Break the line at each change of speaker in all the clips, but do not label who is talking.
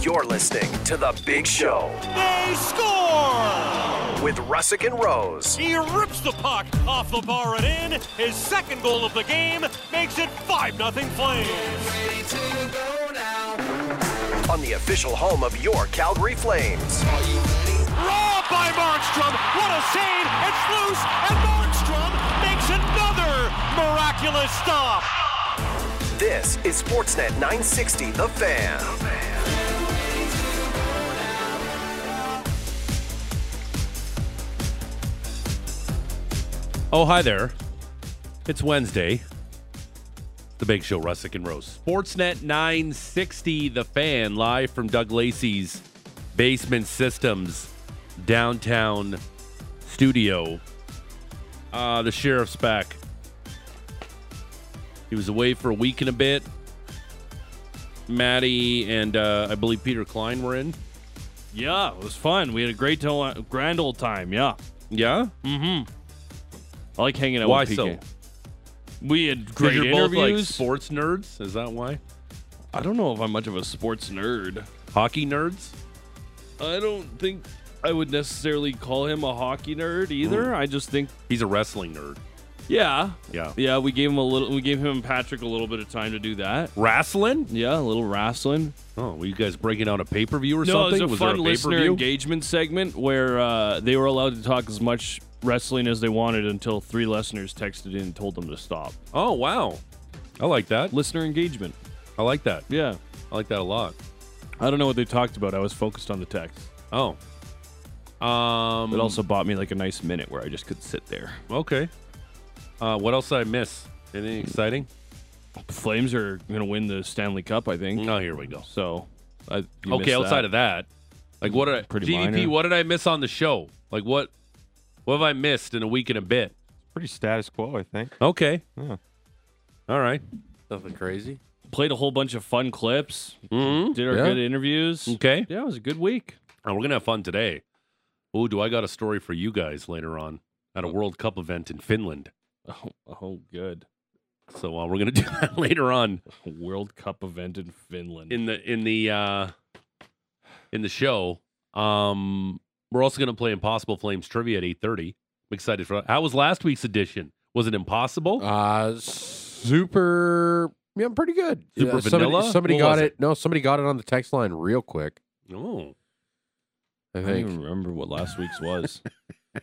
You're listening to The Big Show
They score!
with Russick and Rose.
He rips the puck off the bar and in. His second goal of the game makes it 5 0 Flames.
on the official home of your Calgary Flames.
Robbed by Markstrom. What a save! It's loose, and Markstrom makes another miraculous stop.
This is Sportsnet 960 The Fan.
Oh, hi there. It's Wednesday. The Big Show, Russick and Rose. Sportsnet 960, The Fan, live from Doug Lacey's Basement Systems downtown studio. Uh, the sheriff's back. He was away for a week and a bit. Maddie and uh, I believe Peter Klein were in.
Yeah, it was fun. We had a great, to- grand old time. Yeah,
Yeah?
I like hanging out
Why
with
so?
PK. We had
'Cause
great
you're both
interviews.
like sports nerds? Is that why?
I don't know if I'm much of a sports nerd.
Hockey nerds?
I don't think I would necessarily call him a hockey nerd either. I just think,
He's a wrestling nerd.
yeah,
Yeah.
yeah. We gave him a little. We gave him and Patrick a little bit of time to do that.
Wrestling?
Yeah, a little wrestling.
Oh, were you guys breaking out a pay per view or
No, it was
something?
a
there
fun listener
pay-per-view?
engagement segment where uh, they were allowed to talk as much wrestling as they wanted until three listeners texted in and told them to stop.
Oh wow, I like that.
Listener engagement.
I like that.
Yeah.
I like that a lot.
I don't know what they talked about. I was focused on the text.
Oh, um,
It also bought me like a nice minute where I just could sit there.
okay. Uh, what else did I miss? Anything exciting?
Flames are going to win the Stanley Cup, I think.
Oh, here we go.
So, I, you
Okay,
missed
outside
that.
of that, like what? Did I,
Pretty
GDP.
minor.
What did I miss on the show? Like what? What have I missed in a week and a bit?
pretty status quo, I think.
Okay.
Yeah.
All right.
Nothing crazy.
played a whole bunch of fun clips,
Mm-hmm.
did our
Yeah.
good interviews.
Okay.
Yeah, it was a good week.
And we're gonna have fun today. Oh, do I got a story for you guys later on at a World Cup event in Finland?
Oh, oh good.
So uh, we're gonna do that later on
World Cup event in Finland.
in the in the uh, in the show. Um, we're also gonna play Impossible Flames trivia at eight thirty. I'm excited for that. How was last week's edition? Was it impossible?
Uh, super. Yeah, pretty good.
Super
Yeah, somebody,
vanilla?
Somebody
What
got
was
it?
it?
No, somebody got it on the text line real quick.
oh,
I
I don't even
think.
remember what last week's was.
Uh,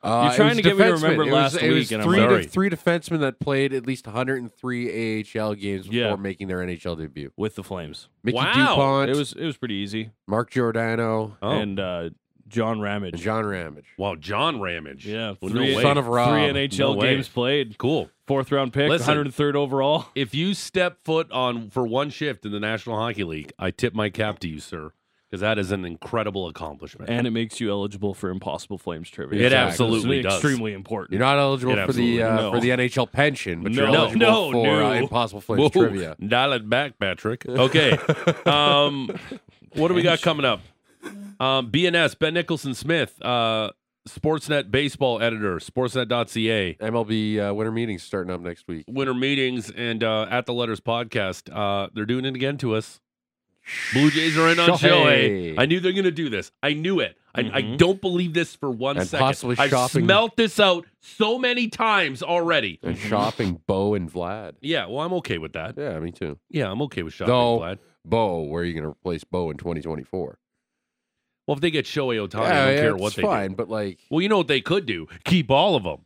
Hmm. You're
it
trying
was
to get me to
defensemen.
remember
it
last
was, it was
week, and I'm
three
sorry.
De- three defensemen that played at least 103 AHL games before
Yeah.
making their NHL debut.
With the Flames.
Mickey
Wow.
Dupont,
It was it was pretty easy.
Mark Giordano,
oh,
And uh, John Ramage.
and John Ramage.
wow, John Ramage.
yeah,
Well, no
three,
way.
Son of Rob.
three NHL
No way.
games played.
cool.
Fourth round pick,
Listen.
103rd overall.
If you step foot on for one shift in the National Hockey League, I tip my cap to you, sir, because that is an incredible accomplishment.
And it makes you eligible for Impossible Flames trivia.
It
Exactly.
absolutely
It's
does.
Extremely important.
You're not eligible
It
for
absolutely-
the uh,
no.
for the NHL pension, but you're
No.
eligible
No,
for
no.
Uh, Impossible Flames
Whoa,
trivia.
Dial it back, Patrick. Okay. um, what do we got coming up? Um, BNS, Ben Nicholson Smith, uh, Sportsnet baseball editor, sportsnet.ca,
MLB uh, winter meetings starting up next week.
winter meetings, and uh, at the letters podcast. Uh, they're doing it again to us. Blue Jays are in on
Shohei. Mm-hmm.
Shohei. I knew they're going to do this. I knew it. I, I
Mhm.
don't believe this for one
And
second.
possibly
I've
shopping-
smelt this out so many times already.
And
Mm-hmm.
shopping Bo and Vlad.
Yeah, well, I'm okay with that.
Yeah, me too.
Yeah, I'm okay with shopping.
Though-
Vlad.
Bo, where are you going to replace Bo in 2024?
Well, if they get Shohei Otani, I don't care what
it's
they
fine,
do.
but like
Well, you know what they could do? Keep all of them.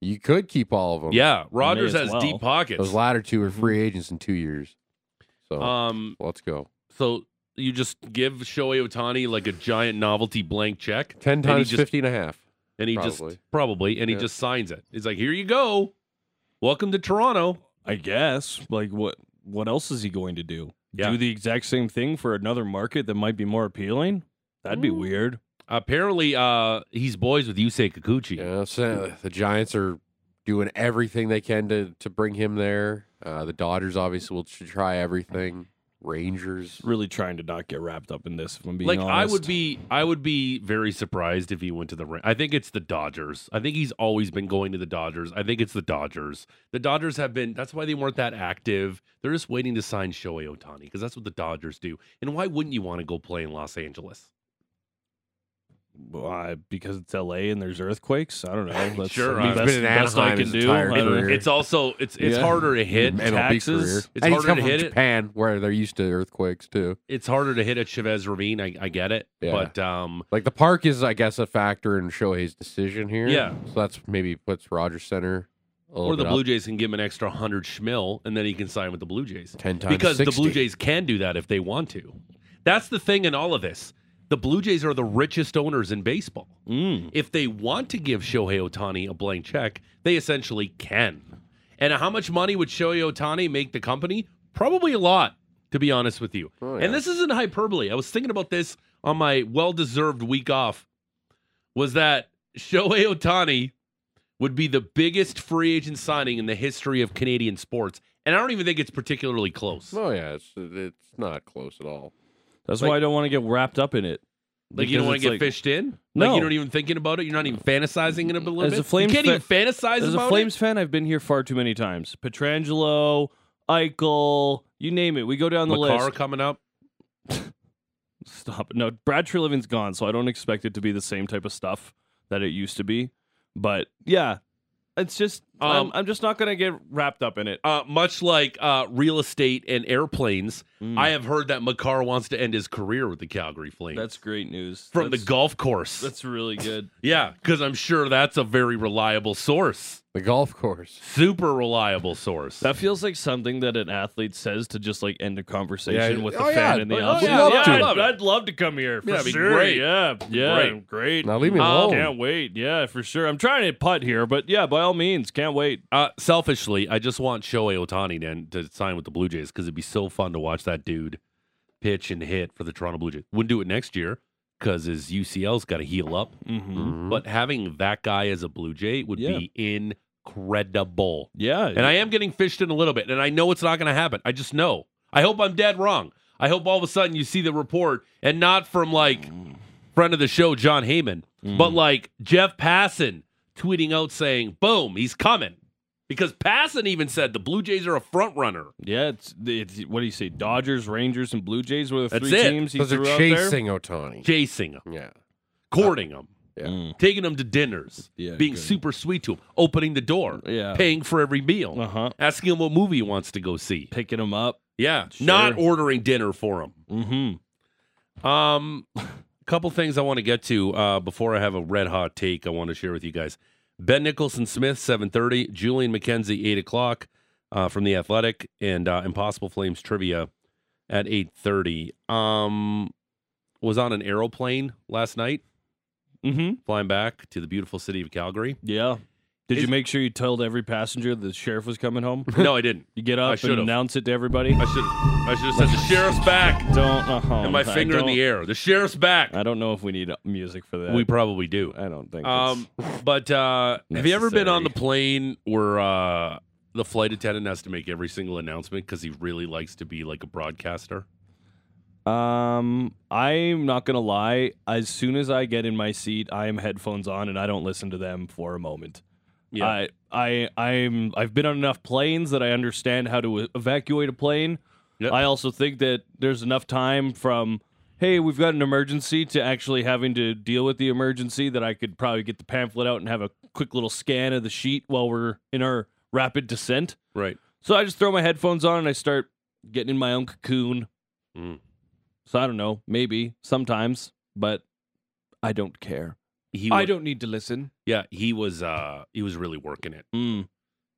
you could keep all of them.
Yeah, Mm-hmm. Rogers
as
has
well.
deep pockets.
those latter two are free agents in two years. So
um,
let's go.
so you just give Shohei Otani like a giant novelty blank check,
Ten
and he
times
just-
fifty and a half.
and he
probably.
just probably, and he
Yeah.
just signs it. He's like, "Here you go, welcome to Toronto."
I guess. Like, what What else is he going to do?
Yeah.
Do the exact same thing for another market that might be more appealing? That'd be weird.
Apparently, uh, he's boys with Yusei Kikuchi.
Yeah, so the Giants are doing everything they can to to bring him there. Uh, the Dodgers obviously will tr- try everything. Rangers.
Really trying to not get wrapped up in this. If I'm being
like
honest.
I would be, I would be very surprised if he went to the. Ra- I think it's the Dodgers. I think he's always been going to the Dodgers. I think it's the Dodgers. The Dodgers have been. That's why they weren't that active. They're just waiting to sign Shohei Otani because that's what the Dodgers do. And why wouldn't you want to go play in Los Angeles?
Why? Because it's L.A. and there's earthquakes. I don't know. That's,
Sure,
I mean,
I've
that's
been in
the best I
Anaheim
can
his
do. I
entire
don't know.
career.
It's also it's it's
Yeah.
harder to hit.
And- taxes.
It's
And he's
harder
come
to
from
hit it.
Japan, where they're used to earthquakes too.
It's harder to hit at Chavez Ravine. I, I get it,
Yeah.
but um,
Like the park is, I guess, a factor in Shohei's decision here.
Yeah.
So that's maybe puts Rogers Center a little
or the
bit up.
Blue Jays can give him an extra hundred schmil, and then he can sign with the Blue Jays.
ten times
because the Blue
60.
Jays can do that if they want to. That's the thing in all of this. The Blue Jays are the richest owners in baseball.
Mm.
If they want to give Shohei Otani a blank check, they essentially can. And how much money would Shohei Otani make the company? Probably a lot, to be honest with you.
Oh,
And this isn't hyperbole. I was thinking about this on my well deserved week off. Was that Shohei Otani would be the biggest free agent signing in the history of Canadian sports. And I don't even think it's particularly close.
Oh yeah, it's it's not close at all.
That's
Like-
why I don't want to get wrapped up in it.
Like you don't want
Because
to
it's
get
like-
fished in. like
No.
you don't even thinking about it. You're not even fantasizing in it a little
As a
bit.
Flames
you can't even fantasize
As
about
a Flames fan, I've been here far too many times. Petrangelo, Eichel, you name it. We go
it.
down the
McCarr
list.
coming up.
Stop. it. No, Brad Trelivan's gone, so I don't expect it to be the same type of stuff that it used to be. But yeah, it's just
Um,
I'm, I'm just not gonna get wrapped up in it.
Uh, much like uh, real estate and airplanes,
Mm.
I have heard that McCarr wants to end his career with the Calgary Flames.
that's great news
from
That's-
the golf course.
That's really good.
yeah, because I'm sure that's a very reliable source.
The golf course.
Super reliable source.
That feels like something that an athlete says to just like end a conversation
Yeah,
with a
oh,
fan
yeah.
in the
Oh,
office.
yeah, I'd love to.
I'd, love, I'd love to come here for
Yeah, it'd be
sure.
great.
Yeah, yeah,
Great.
great.
Now leave me
Oh,
alone.
can't wait. Yeah, for sure. I'm trying to putt here, but yeah, by all means, can't wait.
Uh, selfishly, I just want Shohei Otani to, to sign with the Blue Jays because it'd be so fun to watch that dude pitch and hit for the Toronto Blue Jays. Wouldn't do it next year because his UCL's got to heal up.
Mm-hmm.
But having that guy as a Blue Jay would
Yeah.
be incredible.
Yeah,
And I am getting fished in a little bit, and I know it's not going to happen. I just know. I hope I'm dead wrong. I hope all of a sudden you see the report and not from like friend of the show, John Heyman,
Mm.
but like Jeff Passan tweeting out saying, boom, he's coming. Because Passan even said the Blue Jays are a front runner.
yeah. It's, it's what do you say? Dodgers, Rangers, and Blue Jays were the
That's
three
it.
teams he
Those are
threw out there.
chasing Otani.
Chasing him,
Yeah.
courting him,
Yeah.
Mm.
taking him to dinners,
Yeah,
being
good.
super sweet to him, opening the door,
Yeah.
paying for every meal,
Uh huh.
asking him what movie he wants to go see.
Picking him up.
Yeah,
Sure.
not ordering dinner for him.
Mm-hmm.
Um, a couple things I want to get to uh, before I have a red hot take I want to share with you guys. Ben Nicholson Smith, seven thirty. Julian McKenzie, eight o'clock, uh, from the Athletic, and uh, Impossible Flames trivia at eight thirty. Um, was on an aeroplane last night,
Mm-hmm.
flying back to the beautiful city of Calgary.
Yeah. Did
Is-
you make sure you told every passenger the sheriff was coming home?
No, I didn't.
You get
I
up and
should've.
announce it to everybody.
I should. I should have said the sheriff's back
Don't. Uh-huh.
and my
I
finger in the
don't-
air. The sheriff's back.
I don't know if we need music for that.
We probably do.
I don't think.
Um,
Um.
but uh, have you ever been on the
necessary.
plane where uh, the flight attendant has to make every single announcement because he really likes to be like a broadcaster?
Um. I'm not gonna lie. As soon as I get in my seat, I am headphones on and I don't listen to them for a moment.
Yeah.
I. I. I'm. I've been on enough planes that I understand how to e-, evacuate a plane.
Yep.
I also think that there's enough time from. Hey, we've got an emergency to actually having to deal with the emergency that I could probably get the pamphlet out and have a quick little scan of the sheet while we're in our rapid descent.
Right.
So I just throw my headphones on and I start getting in my own cocoon.
Mm.
So I don't know, maybe sometimes, but I don't care.
He.
I
wa-
don't need to listen.
Yeah. He was. Uh, he was really working it
Mm.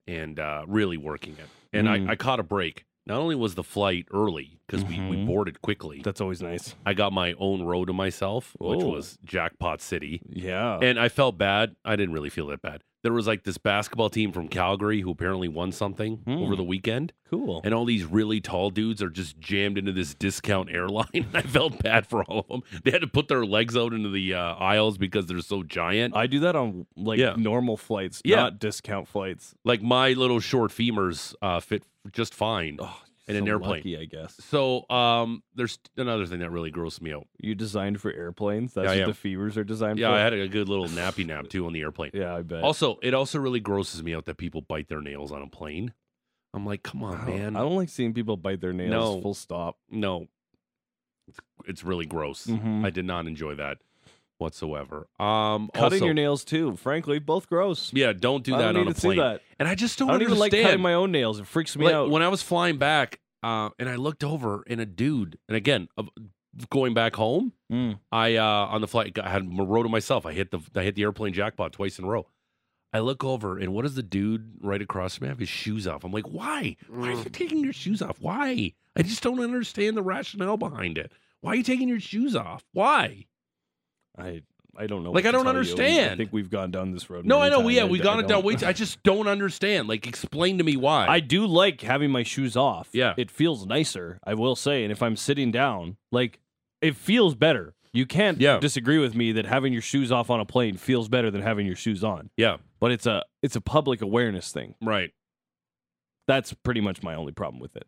and uh, really working it. And
Mm.
I, I caught a break. Not only was the flight early because we, we
Mhm.
boarded quickly,
That's always nice.
I got my own row to myself, which
Oh. Uh.
was Jackpot City.
Yeah.
And I felt bad. I didn't really feel that bad. There was like this basketball team from Calgary who apparently won something
Hmm.
over the weekend.
cool.
and all these really tall dudes are just jammed into this discount airline. I felt bad for all of them. They had to put their legs out into the uh, aisles because they're so giant. Uh,
I do that on like
Yeah.
normal flights,
Yeah.
not discount flights.
like my little short femurs uh, fit just fine
Oh,
in an
So
airplane.
lucky, I guess.
So um, there's another thing that really grossed me out.
You designed for airplanes. That's
Yeah, I
what
am.
the fevers are designed
Yeah,
for.
I had a good little nappy nap too on the airplane.
yeah, I bet.
Also, it also really grosses me out that people bite their nails on a plane. I'm like, come on,
I don't-
man.
I don't like seeing people bite their nails.
No.
Full stop.
no. It's, it's really gross.
Mhm.
Mm-hmm. I did not enjoy that whatsoever. Um
Cutting
also-
your nails too. Frankly, both gross.
Yeah, don't do
I
that
don't
on
need
a
to see
plane.
that.
And I just don't,
I don't even like
understand.
cutting my own nails. It freaks me
Like,
out.
When I was flying back, uh, and I looked over, and a dude, and again, of- going back home,
Mm.
I uh, on the flight got, had row to myself. I hit the I hit the airplane jackpot twice in a row. I look over, and what does the dude right across from me have his shoes off? I'm like, why? Why are
Mm.
you taking your shoes off? Why? I just don't understand the rationale behind it. Why are you taking your shoes off? Why?
I I don't know.
Like,
what
I don't
to tell you. I
understand.
think we've gone down this road.
No,
many
I know.
times.
Yeah, we've
I
gone it down
don't-
way. too- I just don't understand. Like, explain to me why.
I do like having my shoes off.
Yeah.
It feels nicer, I will say. And if I'm sitting down, like it feels better. You can't
Yeah.
disagree with me that having your shoes off on a plane feels better than having your shoes on.
yeah,
But it's a it's a public awareness thing.
right.
That's pretty much my only problem with it.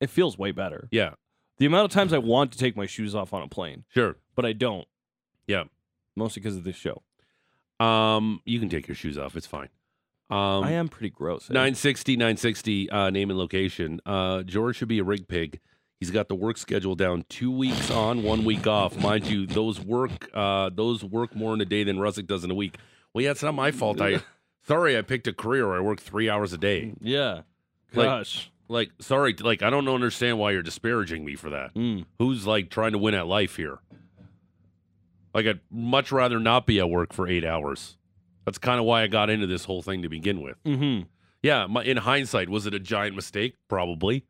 It feels way better.
Yeah,
The amount of times I want to take my shoes off on a plane,
sure.
but I don't.
Yeah.
Mostly because of this show.
Um, you can take your shoes off. It's fine. Um,
I am pretty gross. eh?
960, 960, uh, name and location. Uh, George should be a rig pig. He's got the work schedule down two weeks on, one week off. Mind you, those work uh, those work more in a day than Russick does in a week. Well, yeah, it's not my fault. I sorry I picked a career where I work three hours a day.
Yeah.
Like-
Gosh.
Like, sorry, like I don't understand why you're disparaging me for that.
Mm.
Who's like trying to win at life here? Like I'd much rather not be at work for eight hours. That's kind of why I got into this whole thing to begin with.
hmm
Yeah, my, in hindsight, was it a giant mistake? Probably.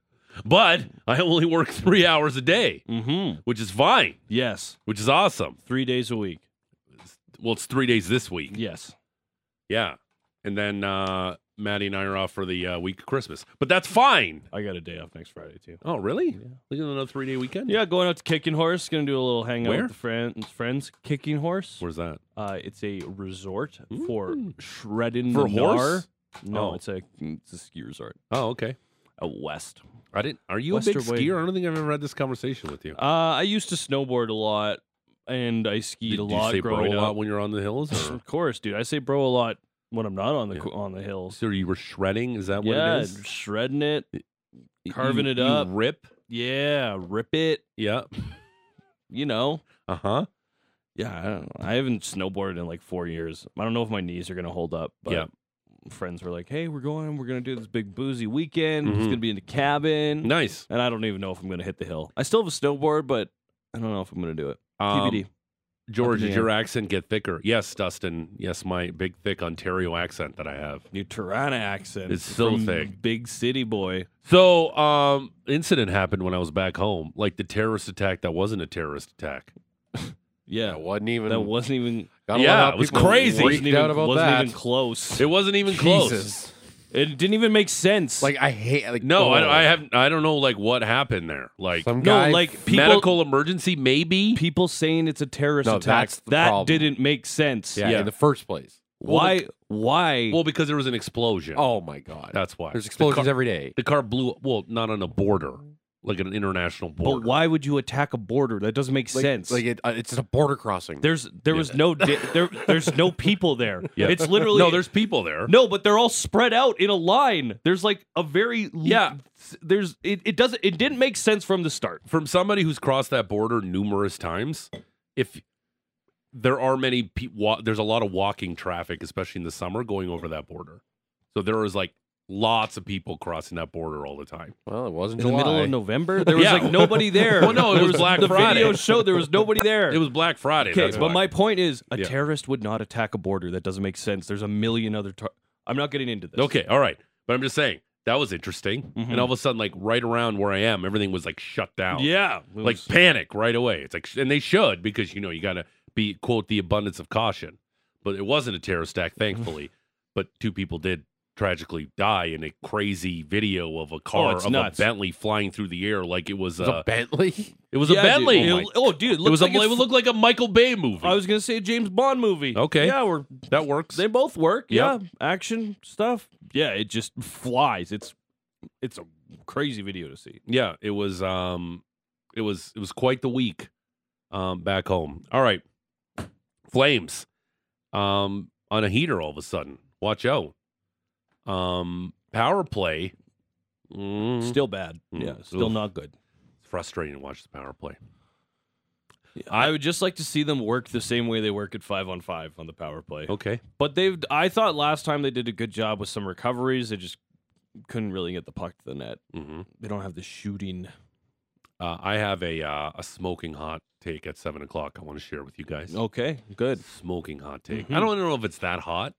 But I only work three hours a day,
hmm
which is fine,
Yes.
which is awesome.
Three days a week.
Well, it's three days this week.
Yes.
Yeah. And then uh, Maddie and I are off for the uh, week of Christmas. But that's fine.
I got a day off next Friday too.
Oh, really? Look at another three day weekend?
Yeah, going out to Kicking Horse. Gonna do a little hangout
Where?
with the friends. Friends, Kicking Horse.
Where's that?
Uh, it's a resort for
Ooh.
shredding
For
the gnar.
horse?
No,
Oh.
it's a it's a ski resort
Oh, okay.
out west.
I didn't. Are you a big
Westerway.
skier? I don't think I've ever had this conversation with you.
Uh, I used to snowboard a lot, and I skied
Did
a
you
lot
say bro
growing
a
up.
lot when you're on the hills? Or,
of course, dude. I say bro a lot when I'm not on the
Yeah.
co- on the hills.
so you were shredding? Is that what
yeah,
it is?
shredding it,
You-
carving it
you
up.
rip?
yeah, rip it.
Yeah.
You know.
Uh huh.
Yeah, I don't know. I haven't snowboarded in like four years. I don't know if my knees are gonna hold up, but
Yeah.
friends were like, Hey, we're going, we're gonna do this big boozy weekend.
Mhm.
It's gonna be in the cabin.
Nice.
And I don't even know if I'm gonna hit the hill. I still have a snowboard, but I don't know if I'm gonna do it.
Um,
TBD.
George,
Up in
did
the
your accent get thicker? Yes, Dustin. Yes, my big, thick Ontario accent that I have.
New Toronto accent.
It's so
from
thick.
Big city boy.
So, um, incident happened when I was back home, like the terrorist attack that wasn't a terrorist attack.
Yeah.
That wasn't even.
That wasn't even
got a
yeah,
lot of
it was
people
crazy.
freaked
wasn't even,
out about
wasn't
that.
even close.
It wasn't even close.
Jesus.
It didn't even make sense.
Like I hate. Like
No,
oh.
I, I have. I don't know, like what happened there. Like
Some
no,
guy
like people
medical emergency, maybe.
people saying it's a terrorist
No,
attack.
that's the
that
problem.
didn't make sense.
Yeah,
Yeah.
in the first place.
Why? why?
Well, because there was an explosion.
Oh my god.
that's why.
There's
The
explosions
car-
every day.
The car blew. up. Well, not on a border, like an international border.
but why would you attack a border? That doesn't make
Like,
sense.
Like it, uh, it's a border crossing.
there's there was no di- there there's no people there.
Yeah.
It's literally
No, there's people there.
no, but they're all spread out in a line. There's like a very
Yeah.
There's it, it doesn't it didn't make sense from the start.
from somebody who's crossed that border numerous times, if there are many pe- wa- there's a lot of walking traffic, especially in the summer, going over that border. So there is like lots of people crossing that border all the time.
well, it wasn't
In the middle of
July.
November, there was
Yeah.
like nobody there.
Well, no, it
There
was Black
the
Friday.
video showed there was nobody there.
It was Black Friday.
okay,
that's
but
why.
my point is, a
Yeah.
terrorist would not attack a border. That doesn't make sense. There's a million other. Tar- I'm not getting into this.
okay, all right. But I'm just saying that was interesting.
Mhm.
And all of a sudden, like right around where I am, everything was like shut down.
Yeah. it
like
was-
panic right away. It's like, and they should because you know you got to be quote the abundance of caution. But it wasn't a terrorist attack, thankfully. but two people did tragically die in a crazy video of a car
it's
of
nuts.
a Bentley flying through the air like Oh, it was
It's a
a
Bentley.
it was
Yeah,
a
dude.
Bentley.
It-
Oh
Oh,
my-
dude, it,
it was
looks
a
like
it
it's-
looked like a Michael Bay movie.
I was gonna say a James Bond movie.
Okay.
Yeah, we're
that works.
they both work.
Yep.
Yeah, action stuff. Yeah, it just flies. It's it's a crazy video to see.
Yeah, it was um it was it was quite the week um back home. All right. Flames. Um on a heater all of a sudden. Watch out. Um power play. Mm,
Still bad.
Mm.
Yeah, still
Oof.
not good.
it's frustrating to watch the power play.
I would just like to see them work the same way they work at five on five on the power play.
Okay.
But they've I thought last time they did a good job with some recoveries. They just couldn't really get the puck to the net.
hmm
They don't have the shooting.
Uh, I have a uh, a smoking hot take at seven o'clock. I want to share with you guys.
Okay, good.
Smoking hot take. I
Mhm.
don't know if it's that hot.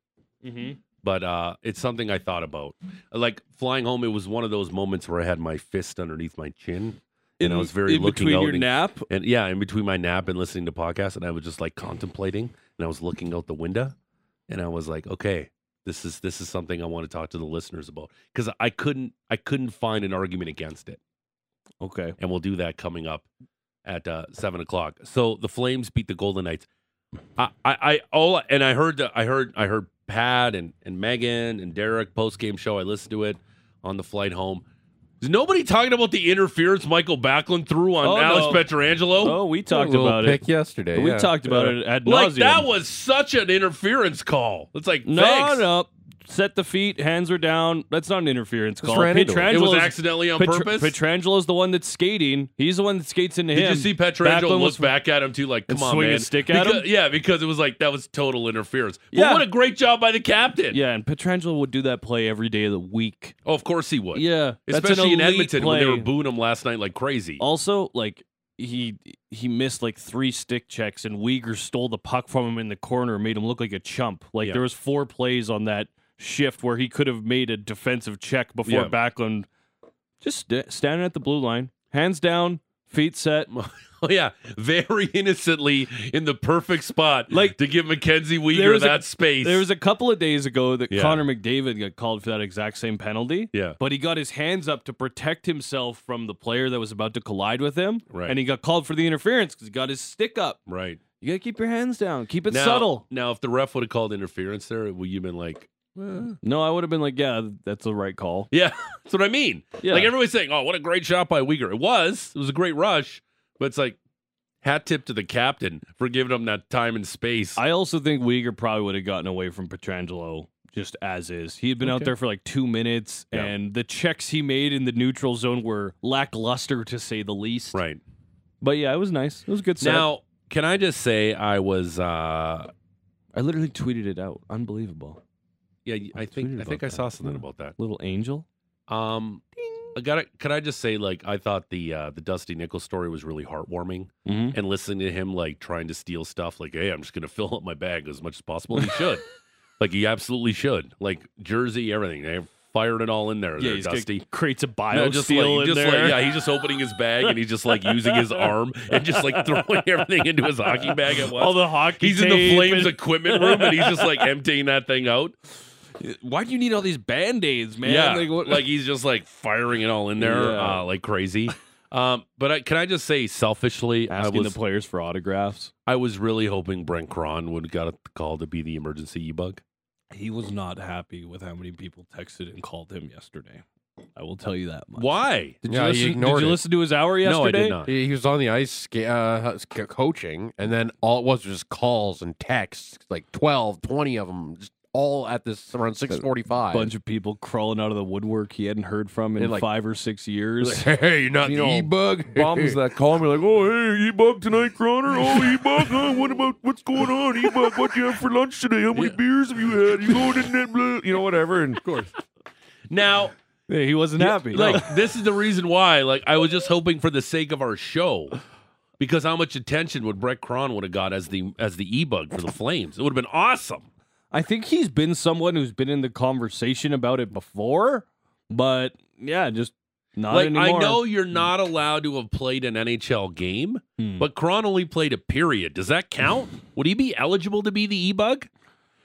Mm-hmm.
but uh, it's something I thought about. Like flying home, it was one of those moments where I had my fist underneath my chin, and I was very
in
looking
between
out
your
and,
nap.
and yeah, in between my nap and listening to podcasts, and I was just like contemplating, and I was looking out the window, and I was like, okay, this is this is something I want to talk to the listeners about because I couldn't I couldn't find an argument against it,
Okay.
and we'll do that coming up at uh, seven o'clock. So the Flames beat the Golden Knights. I, I, I all and I heard the, I heard I heard Pat and, and Megan and Derek post game show. I listened to it on the flight home. Is nobody talking about the interference Michael Backlund threw on
Oh,
Alex
no.
Petrangelo?
Oh, we talked
little
about
pick
it.
yesterday.
We
yeah.
talked about it at
like
nauseum.
that was such an interference call. It's like
no,
thanks.
no. Set the feet, hands are down. That's not an interference
Just
call.
ran into it.
It was
Petrangelo's-
accidentally on
Petr-
purpose.
Petrangelo's the one that's skating. He's the one that skates into
Did
him.
you see
Backlund
Petrangelo
was-
look back at him too? Like,
And
come on,
swing
man.
his stick at him?
Because- Yeah, because it was like that was total interference. But
Yeah.
what a great job by the captain.
Yeah, and Petrangelo would do that play every day of the week.
Oh, of course he would.
Yeah, that's an
Especially in
elite
Edmonton when they
play.
were booing him last night like crazy.
Also, like he he missed like three stick checks, and Uyghur stole the puck from him in the corner, and made him look like a chump. Like
Yeah.
there was four plays on that shift where he could have made a defensive check before
Yeah.
Backlund just st- standing at the blue line, hands down, feet set.
Oh yeah, very innocently in the perfect spot,
Like,
to give Mackenzie
there
Weger
was a-
that space.
There was a couple of days ago that
Yeah.
Connor McDavid got called for that exact same penalty.
yeah,
but he got his hands up to protect himself from the player that was about to collide with him.
Right.
And he got called for the interference because he got his stick up.
right.
You got to keep your hands down. Keep it
now,
subtle.
Now, if the ref would have called interference there, would you have been like, eh.
No, I would have been like, yeah, that's the right call.
yeah, that's what I mean.
Yeah.
Like everybody's saying, oh, what a great shot by Uyghur. It was. It was a great rush, but it's like hat tip to the captain for giving him that time and space.
I also think Uyghur probably would have gotten away from Petrangelo just as is. He had been out
Okay.
there for like two minutes,
Yeah.
and the checks he made in the neutral zone were lackluster to say the least.
right.
But yeah, it was nice. It was a good. Set.
Now, can I just say I was uh
I literally tweeted it out. Unbelievable.
yeah, y- I
I
think
tweeted
I think
about
I saw
that.
something
Yeah.
about that. Hmm.
Little angel.
Um I got to could I just say like I thought the uh the Dusty Nichols story was really heartwarming
Mm-hmm.
and listening to him like trying to steal stuff like hey, I'm just going to fill up my bag as much as possible. He should. like he absolutely should. Like jersey everything. They fired it all in there. there,
he's got-
Dusty.
creates a bio
No, just like,
steal in
just
there.
like, yeah, he's just opening his bag and he's just like using his arm and just like throwing everything into his hockey bag at once.
All the hockey.
He's in the Flames equipment room and he's just like emptying that thing out.
Why do you need all these band aids, man?
yeah,
Like,
like,
what,
he's just like firing it all in there
Yeah.
uh, like crazy. Um, but I, can I just say, selfishly, I
asking
was
the players for autographs.
I was really hoping Brent Cron would have got a call to be the emergency e bug.
He was not happy with how many people texted and called him yesterday. I will tell you that much.
Why?
Did
Yeah,
you,
he
listen, did
ignored
you
it.
listen to his hour yesterday?
No, I did not.
He, he was on the ice sca- uh, sc- coaching, and then all it was was just calls and texts, like 12, 20 of them, just all at this around six
A
forty-five.
bunch of people crawling out of the woodwork he hadn't heard from in
And, like-
five or six years.
hey, you're not
You
the
know,
e-bug.
Bombs that call me like, oh, hey, E-Bug tonight, Croner. Oh, E-Bug, huh? What about, what's going on, E-Bug? What'd you have for lunch today? How many beers have you had? You going in that, blah, you know, whatever. And of course.
Now,
Yeah, he wasn't happy.
like this is the reason why. Like I was just hoping for the sake of our show. Because how much attention would Brett Cron would have got as the as the e bug for the Flames? It would have been awesome.
I think he's been someone who's been in the conversation about it before, but yeah, just not
like
anymore.
I know you're not allowed to have played an NHL game,
Hmm.
but Cron only played a period. Does that count? Would he be eligible to be the e bug?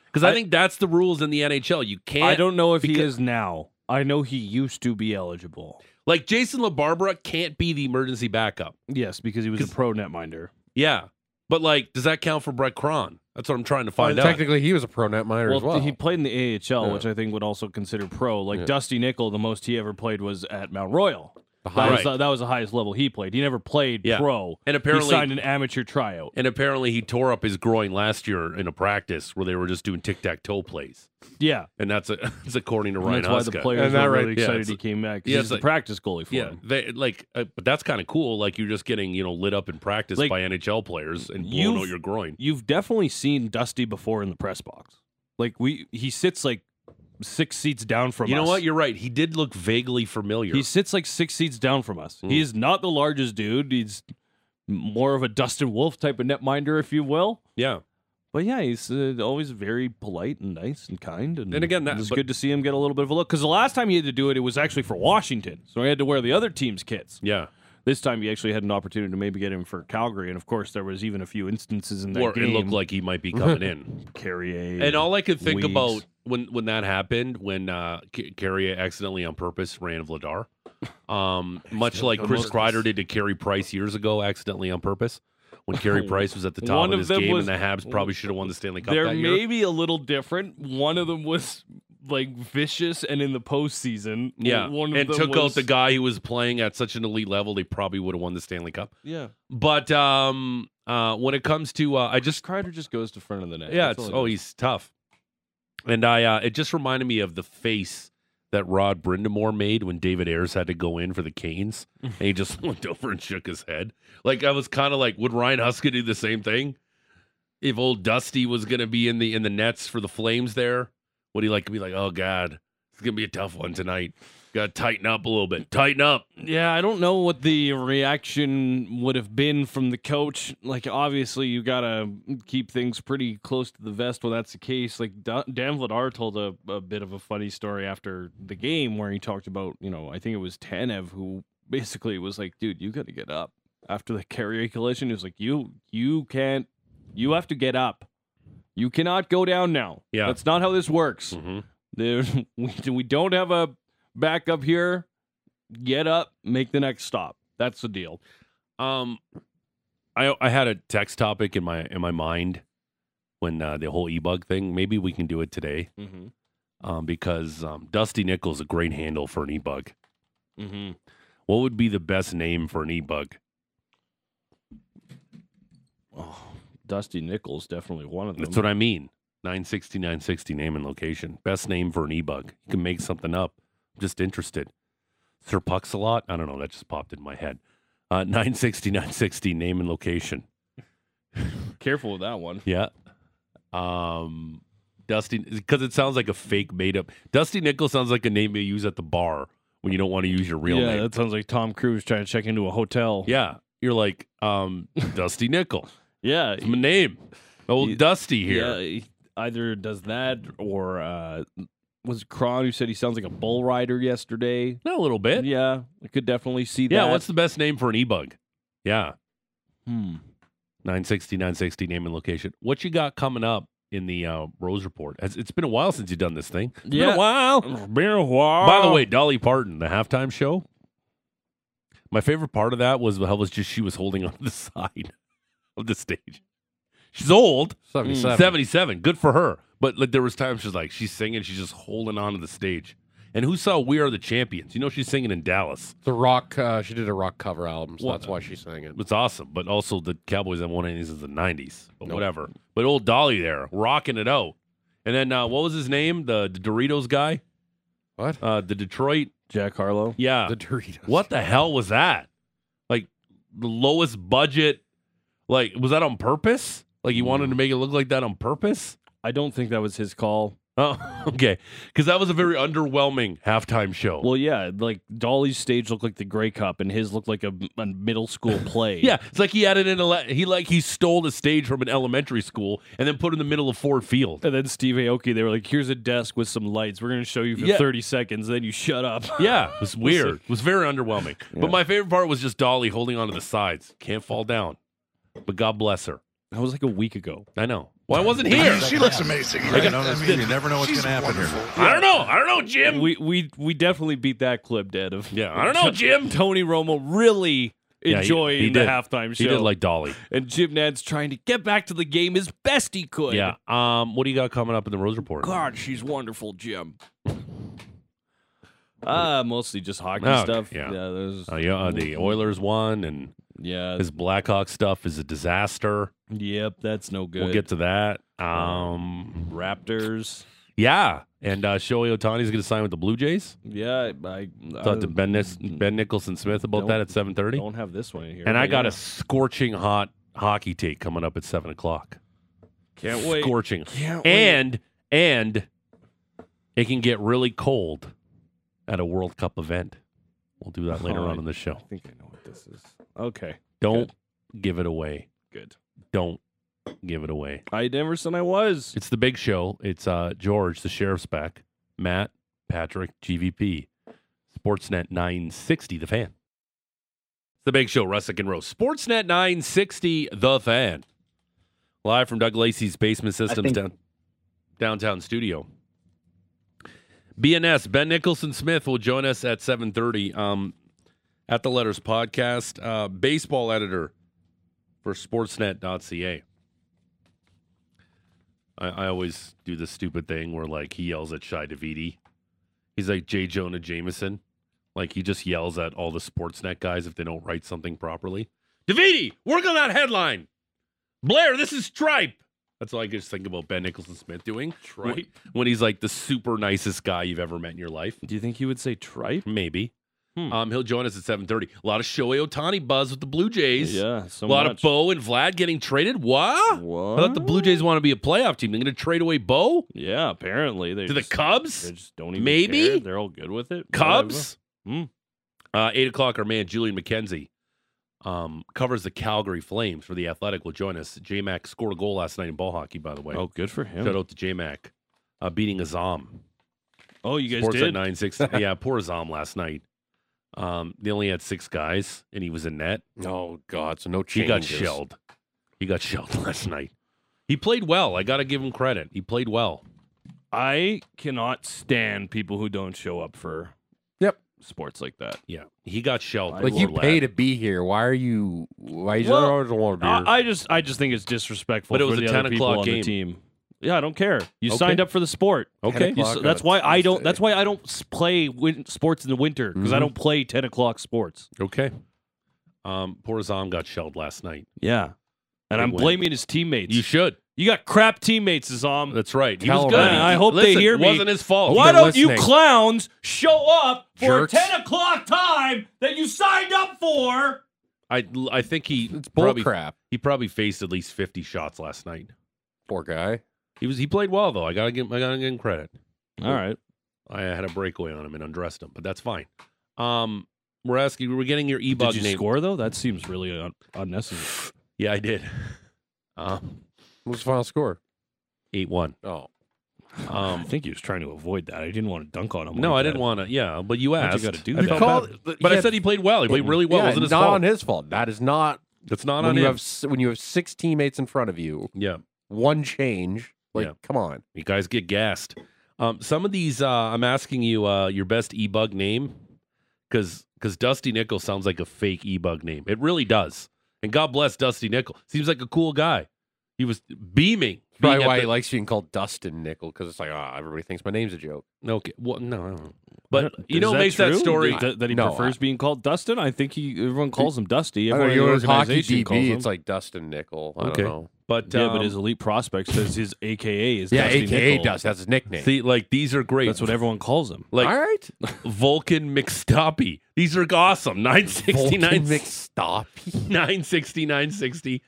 Because I,
I-
think that's the rules in the NHL. You can't.
I don't know if he
because-
is now. I know he used to be eligible.
like Jason LaBarbera can't be the emergency backup.
Yes, because he was a
'Cause-
pro netminder.
Yeah, but like, does that count for Brett Cron? That's what I'm trying to find out.
Technically, he was a pro net minor
Well,
as well.
mm,
he played in the AHL, which I think would also consider pro. Like Dusty Nickel, the most he ever played was at Mount Royal. That was,
highest-
the, that was the highest level he played. He never played
Yeah.
pro.
And apparently-
he signed an amateur tryout.
And apparently, he tore up his groin last year in a practice where they were just doing tic tac toe plays,
Yeah,
and that's a that's according to
and
Ryan
that's why the
Huska.
players
And that
were
right-
really
yeah,
excited
it's-
he came back. 'cause
yeah,
he's
it's
the
like-
practice goalie for
Yeah,
him.
they like, uh, but that's kind of cool. Like you're just getting you know lit up in practice
Like,
by NHL players and blowing
you've-
out your groin.
You've definitely seen Dusty before in the press box. Like we, he sits like six seats down from
You
us.
know what? You're right. He did look vaguely familiar.
He sits like six seats down from us.
Mm.
He is not the largest dude. He's more of a Dustin Wolf type of netminder, if you will.
yeah,
But yeah, he's uh, always very polite and nice and kind. And,
And again, that-
it's
but-
good to see him get a little bit of a look. Because the last time he had to do it, it was actually for Washington, so he had to wear the other team's kits.
yeah.
This time, he actually had an opportunity to maybe get him for Calgary, and of course, there was even a few instances in that
Or
game.
it looked like he might be coming in.
Carrier
And all I could think
Weeks.
about when when that happened, when uh, K- Carrier accidentally on purpose ran Vladar, um, much like Chris Kreider did to Carey Price years ago, accidentally on purpose. When Carey Price was at the top
One
of
of
his
them
game,
was-
and the Habs probably should have won the Stanley Cup
They're
that year.
maybe a little different. One of them was like vicious, and in the postseason,
Yeah,
one of
and
them
took out
was-
the guy who was playing at such an elite level, they probably would have won the Stanley Cup.
Yeah,
But um, uh, when it comes to, uh, I just
Kreider just goes to front of the net.
yeah,
That's
it's,
all
oh,
he does.
he's tough. And I, uh, it just reminded me of the face that Rod Brindamore made when David Ayers had to go in for the Canes, and he just looked over and shook his head. Like I was kind of like, would Ryan Huska do the same thing if old Dusty was gonna be in the in the nets for the Flames? There, would he like be like, oh god, it's gonna be a tough one tonight. Got to tighten up a little bit. Tighten up.
yeah. I don't know what the reaction would have been from the coach. Like, obviously, you gotta keep things pretty close to the vest when that's the case. Like, Da- Dan Vladar told a, a bit of a funny story after the game where he talked about, you know, I think it was Tanev who basically was like, "Dude, you gotta get up." After the carrier collision, he was like, "You, you can't. You have to get up. You cannot go down now.
Yeah.
that's not how this works."
Mm-hmm.
There, we, we don't have a backup here. Get up, make the next stop. That's the deal.
Um, I I had a text topic in my in my mind when uh, the whole e-bug thing. Maybe we can do it today
Mm-hmm.
um, because um, Dusty Nichols a great handle for an e-bug.
Mm-hmm.
What would be the best name for an e-bug?
Dusty Nichols definitely one of them.
That's what I mean. 960, 960 name and location. Best name for an e-bug. You can make something up. I'm just interested. Sir Pucks a lot. I don't know. That just popped in my head. Uh, 960, 960 name and location.
Careful with that one.
Yeah. Um, Dusty, because it sounds like a fake made up. Dusty Nichols sounds like a name you use at the bar when you don't want to use your real
yeah,
name.
that sounds like Tom Cruise trying to check into a hotel.
Yeah. You're like, um, Dusty Nickel.
yeah,
It's my name. Old
You-
Dusty here.
yeah. he Either does that or uh, was it Kron who said he sounds like a bull rider yesterday?
Not a little bit. Yeah.
Yeah, I could definitely see that.
what's the best name for an e bug? Yeah.
Hmm.
960, 960 name and location. What you got coming up in the uh, Rose Report? Has, it's been a while since you've done this thing. It's Been
Yeah.
a while.
Been a while.
By the way, Dolly Parton, the halftime show. My favorite part of that was how was just she was holding on to the side of the stage. She's old,
77.
seventy-seven. Good for her. But like, there was times she's like she's singing, she's just holding on to the stage. And who saw "We Are the Champions"? You know she's singing in Dallas.
It's a rock. Uh, she did a rock cover album, so
Well,
that's why she sang it.
It's awesome. But also the Cowboys haven't won anything since the nineties. But whatever. But old Dolly there rocking it out. And then uh, what was his name? The, the Doritos guy,
What?
uh, the Detroit.
Jack Harlow.
Yeah,
the Doritos.
What the hell was that? Like the lowest budget. Like was that on purpose? Like you wanted to make it look like that on purpose?
I don't think that was his call.
Oh, okay. Because that was a very underwhelming halftime show.
Well, yeah, like Dolly's stage looked like the Grey Cup, and his looked like a, a middle school play.
yeah, it's like he added an ele- he like he stole the stage from an elementary school and then put it in the middle of Ford Field.
And then Steve Aoki, they were like, "Here's a desk with some lights. We're gonna show you for
Yeah.
30 seconds, then you shut up."
Yeah, it was weird. It was very underwhelming. But my favorite part was just Dolly holding onto the sides. Can't fall down. But God bless her.
That was like a week ago.
I know. Well, I wasn't here.
She looks amazing. Right? I mean, you never know what's going to happen here.
I don't know. I don't know, Jim.
We we we definitely beat that clip dead of
Yeah, I don't know, Jim.
Tony Romo really
Yeah, he-
enjoying
he
the
did.
halftime show.
He did like Dolly.
and Jim Nad's trying to get back to the game as best he could.
Yeah. Um. What do you got coming up in the Rose Report?
God, she's wonderful, Jim. Uh, mostly just hockey
Okay,
stuff.
yeah.
there's,
Uh, yeah, the Oilers won, and
yeah,
his Blackhawk stuff is a disaster.
yep, that's no good.
We'll get to that. Um.
Raptors.
Yeah. And uh, Shohei Otani's going to sign with the Blue Jays.
Yeah, I, I
Talked to Ben Nis- Ben Nicholson Smith about
Oh. Don't-
that at seven thirty.
don't have this one in here.
And I
but
got
yeah.
a scorching hot hockey take coming up at seven o'clock.
Can't wait.
Scorching.
Can't wait.
and and it can get really cold at a World Cup event. We'll do that later
Oh,
on in the show.
I think I know what this is. Okay,
Don't give it away.
good.
Don't give it away.
I never said I was.
It's the big show. It's uh, George, the sheriff's back. Matt, Patrick, GVP, Sportsnet 960, the fan. It's the big show, Russick and Rose. Sportsnet 960, the fan. Live from Doug Lacey's Basement Systems
think-
down, downtown studio. BNS, Ben Nicholson Smith will join us at 730 um, at the Letters Podcast. Uh, baseball editor for sportsnet.ca. I, I always do this stupid thing where like he yells at Shy Davidi. He's like J. Jonah Jameson. Like he just yells at all the Sportsnet guys if they don't write something properly. Davidi, work on that headline. Blair, this is Stripe. That's all I just think about Ben Nicholson Smith doing. Stripe. When he's like the super nicest guy you've ever met in your life.
Do you think he would say tripe?
Maybe.
Hmm.
Um, he'll join us at 7.30. A lot of Shohei Otani buzz with the Blue Jays.
Yeah, so
a lot
much.
of Bo and Vlad getting traded. What? I
What?
thought the Blue Jays want to be a playoff team. They're going to trade away Bo
Yeah, apparently they
to the
just,
Cubs.
They just don't even
Maybe?
care. They're all good with it.
Cubs.
Hmm.
Uh, Eight o'clock. Our man Julian McKenzie um, covers the Calgary Flames for the Athletic. Will join us. J Mac scored a goal last night in ball hockey. By the way,
Whatever. Oh, good for him.
shout out to J Mac uh, beating Azam.
Oh, you guys
Sports at
did.
nine six. yeah, poor Azam last night. Um, they only had six guys, and he was in net.
Oh God, so no
He
changes.
got shelled. He got shelled last night. He played well. I got to give him credit. He played well.
I cannot stand people who don't show up for
Yep.
sports like that.
Yeah, he got shelled.
Like
poor
you
lad.
pay to be here. Why are you? Why is
Well,
there want to be here?
I, I just I just think it's disrespectful.
But it
for
was a
the
10
other people
o'clock
on
game.
the team. Yeah, I don't care. You
Okay. uh,
signed up for the sport.
Okay,
You s- that's why I don't. That's why I don't s- play win- sports in the winter because
Mm-hmm.
I don't play ten o'clock sports.
Okay. Um, poor Zom got shelled last night.
Yeah,
Big
and I'm
win.
blaming his teammates.
You Uh,
You,
should.
got crap teammates, Azam.
That's right. He
Tell
was
him
good.
that.
I hope they
Listen,
hear me.
It wasn't his fault.
Why
they're
don't you
listening.
clowns show up for
Jerks.
a ten o'clock time that you signed up for?
I, I think he
it's bull
probably
crap.
he probably faced at least fifty shots last night.
Poor guy.
He was he played well though. I gotta give I gotta give him credit.
All right.
I had a breakaway on him and undressed him, but that's fine. Um, we're asking. We're getting your e bug
Did you
name.
score though? That seems really un- unnecessary.
Yeah, I did. Um,
What was the final score?
eight one.
Oh,
I
Um,
think he was trying to avoid that. I didn't want to dunk on him.
no,
like
I didn't
that.
want to. Yeah, but you
How'd
asked.
you gotta do
I
that?
felt
Call-
bad.
but
but I
yeah.
said he played well. He played really well.
yeah,
it wasn't his
not
fault.
on his fault. That is not
It's not
when
on
you
him.
have s- when you have six teammates in front of you.
yeah.
One change. Like,
Yeah.
come on.
You guys get gassed. Um, some of these, uh, I'm asking you uh, your best e-bug name, because because Dusty Nickel sounds like a fake e-bug name. It really does. And God bless Dusty Nickel. Seems like a cool guy. He was beaming. being
Probably
at
why
the-
he likes being called Dustin Nickel because it's like ah, everybody thinks my name's a joke.
okay, well, no, I don't know.
I
but
don't-
you
is
know, what makes that
true?
story.
that, that he
No,
prefers being called Dustin. I think he everyone calls him Dusty.
I don't
Everyone
know,
in the
you're a hockey
organization calls
DB.
him.
It's like Dustin Nickel. I
Okay.
don't know.
But
yeah, but
um,
his elite prospect says his AKA is
Yeah,
Dusty
AKA
Nickel.
Dust. That's his nickname.
see, like these are great.
That's what everyone calls him.
like
All right.
Vulcan McStoppy. These are awesome. Nine sixty
Vulcan
nine,
McStoppy.
nine sixty nine sixty.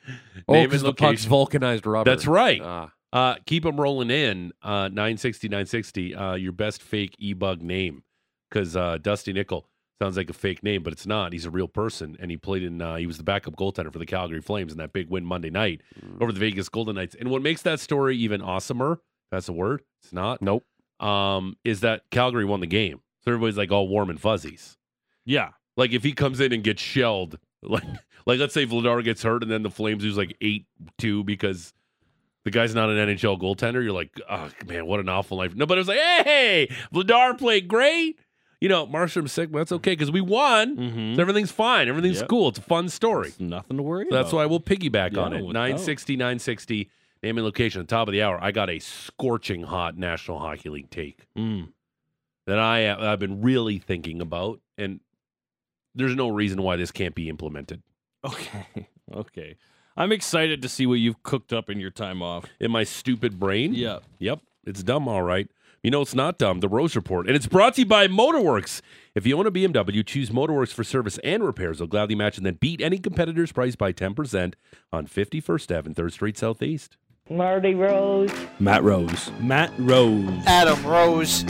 Oh,
Name and
because the puck's
location.
vulcanized rubber.
That's right.
Ah,
Uh, keep them rolling in. Uh, 960, 960. Uh, your best fake e bug name. Because uh, Dusty Nickel sounds like a fake name, but it's not. He's a real person. And he played in, uh, he was the backup goaltender for the Calgary Flames in that big win Monday night over the Vegas Golden Knights. And what makes that story even awesomer, if that's a word, it's not,
nope.
um, is that Calgary won the game. So everybody's like all warm and fuzzies.
Yeah,
Like if he comes in and gets shelled, like like let's say Vladar gets hurt and then the Flames lose like eight two because the guy's not an NHL goaltender, you're like, oh man, what an awful life. No, but it was like, hey, Vladar played great. you know, Marsham sick, but that's okay because we won.
Mhm.
So everything's fine. Everything's
Yep.
cool. It's a fun story.
Nothing to worry
So that's why
about.
we'll piggyback on
Yeah,
it.
without.
960, 960, name and location at the top of the hour. I got a scorching hot National Hockey League take
Mm.
that I, I've been really thinking about. And there's no reason why this can't be implemented.
Okay. Okay. I'm excited to see what you've cooked up in your time off.
In my stupid brain,
Yeah.
Yep, it's dumb, all right. You know, it's not dumb. The Rose Report. And it's brought to you by Motorworks. If you own a BMW, choose Motorworks for service and repairs. They'll gladly match and then beat any competitor's price by 10% on 51st Ave and 3rd Street Southeast.
Marty Rose.
Matt Rose. Matt Rose.
Adam Rose.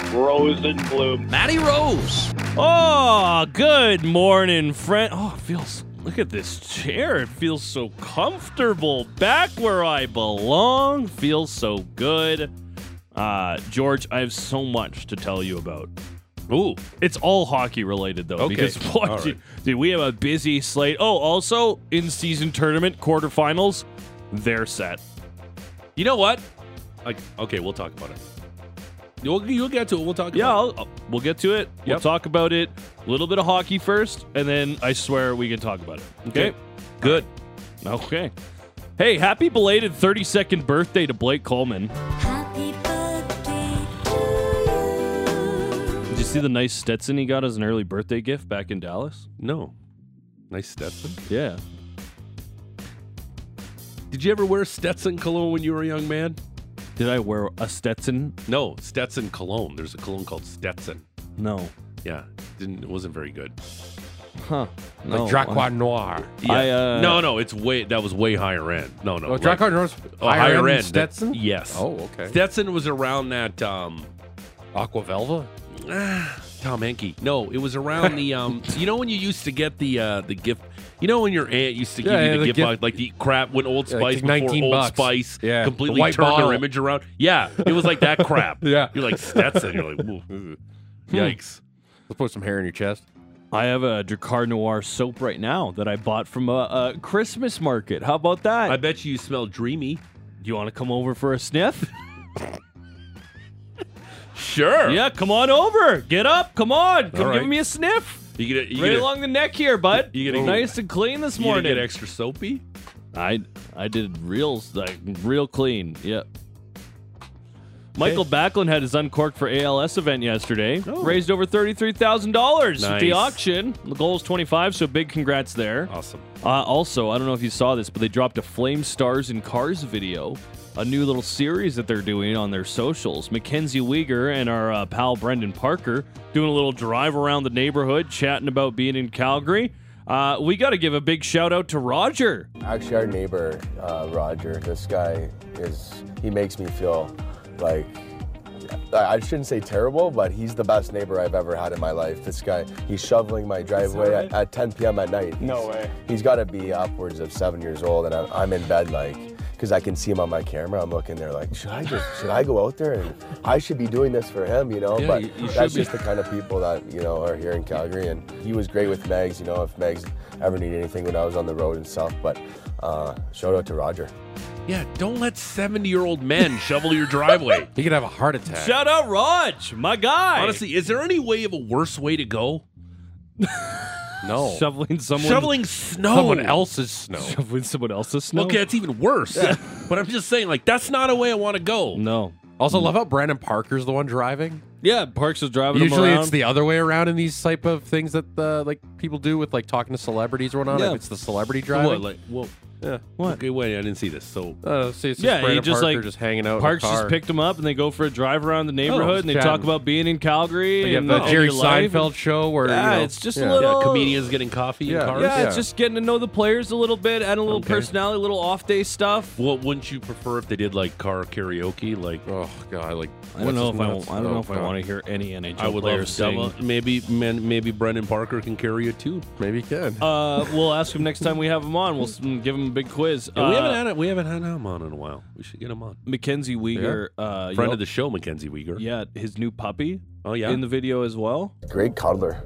Oh, good morning, friend. Oh, it feels. Look at this chair. It feels so comfortable. Back where I belong. Feels so good. Uh, George, I have so much to tell you about. Ooh, it's all hockey related though.
Okay.
Because what,
All right.
dude, dude, we have a busy slate. Oh, also in season tournament quarterfinals, they're set.
You know what? Like, okay, we'll talk about it. You'll, you'll get to it. We'll talk
Yeah,
about
I'll, I'll- we'll get to it. We'll
Yep.
talk about it. A little bit of hockey first, and then I swear we can talk about it.
it.
Okay.
Good.
Okay. Hey, happy belated 32nd birthday to Blake Coleman.
Happy birthday to you.
Did you see the nice Stetson he got as an early birthday gift back in Dallas?
No. Nice Stetson.
Yeah.
Did you ever wear Stetson cologne when you were a young man?
Did I wear a Stetson?
No, Stetson cologne. There's a cologne called Stetson.
No.
Yeah, didn't it wasn't very good.
Huh.
Like
No.
Dracois Noir.
I, uh,
no, no, it's way that was way higher end. No, no,
Oh,
like-
Dracois Noir's
oh, higher, end.
than
that-
Stetson?
yes.
Oh, okay.
Stetson was around that um,
Aqua Velva?
Tom Henke. No, it was around the um. You know when you used to get the uh the gift. You know when your aunt used to give
Yeah,
you
yeah,
the,
the
gift,
gift-
box, like the crap when Old
Yeah,
Spice
like
before
19
Old
bucks.
Spice
Yeah, the
completely
white
turned
bottle.
their image around. Yeah, it was like that crap.
Yeah.
you're like Stetson. You're like, Ooh, yikes.
Let's put some hair in your chest.
I have a Dracar Noir soap right now that I bought from a, a Christmas market. How about that?
I bet you smell dreamy.
Do you want to come over for a sniff?
Sure.
yeah, come on over. Get up. Come on. Come
right.
give me a sniff.
You get it. You
right
get
along the neck here, bud.
You gonna get-
nice and clean this
You gonna
morning.
get extra soapy.
I I did real like real clean. Yep. Michael Backlund had his Uncorked for ALS event yesterday.
Oh.
Raised over $33,000 at the
Nice.
auction. The goal is 25, so big congrats there.
Awesome.
Uh, also, I don't know if you saw this, but they dropped a Flame Stars and Cars video, a new little series that they're doing on their socials. Mackenzie Wieger and our uh, pal Brendan Parker doing a little drive around the neighborhood, chatting about being in Calgary. Uh, we got to give a big shout out to Roger.
Actually, our neighbor, uh, Roger, this guy is, he makes me feel like, I I shouldn't say terrible, but he's the best neighbor I've ever had in my life. This guy, he's shoveling my driveway at, at 10 p.m. at night. No way. He's got to be upwards of seven years old, and I'm, I'm in bed like, because I can see him on my camera. I'm looking there like, should I just, should I go out there? And I should be doing this for him, you know?
Yeah,
but
you- you should
that's
be.
just the kind of people that, you know, are here in Calgary. And he was great with Megs, you know, if Megs ever needed anything when I was on the road and stuff. But uh, shout out to Roger.
Yeah, don't let 70 year old men shovel your driveway.
He could have a heart attack.
Shout out Raj, my guy.
Honestly, is there any way of a worse way to go?
no.
shoveling someone,
Shoveling snow.
Someone else's snow.
shoveling someone else's snow.
Okay, that's even worse. but I'm just saying, like, that's not a way I want to go.
No.
Also, love how Brandon Parker's the one driving.
Yeah, Parks is driving
Usually,
them around.
it's the other way around in these type of things that the like people do with like talking to celebrities or whatnot.
Yeah.
If it's the celebrity
What?
driving,
Like, well,
yeah.
What?
okay, wait, I didn't see this. So,
Uh, see, it's just
Yeah, he
Brandon
just,
Parker
like,
just hanging out.
Parks
in the
just
car. Oh,
picked them up and they go for a drive around the neighborhood and they
chatting.
talk about being in Calgary
Like
and
that
uh,
Jerry
your life.
Seinfeld show where
Yeah,
you know,
it's just
yeah.
a little
yeah, comedians getting coffee
Yeah.
in cars.
Yeah, it's
Yeah.
just getting to know the players a little bit, add a little personality, a little off day stuff.
Well, wouldn't you prefer if they did like car karaoke? Like,
Oh god, like
I don't know if I, I
Oh,
don't know if I want to hear any NHL
I would love
players sing.
Stella. Maybe, man, maybe Brendan Parker can carry it too.
to. Maybe he can.
Uh, we'll ask him next time we have him on. We'll s- give him a big quiz.
Yeah, we
Uh,
haven't had it. We haven't had him on in a while. We should get him on.
Mackenzie Weegar, uh,
Friend
yep.
of the show, Mackenzie Weger.
yeah, his new puppy uh,
Oh yeah.
in the video as well.
Great cuddler.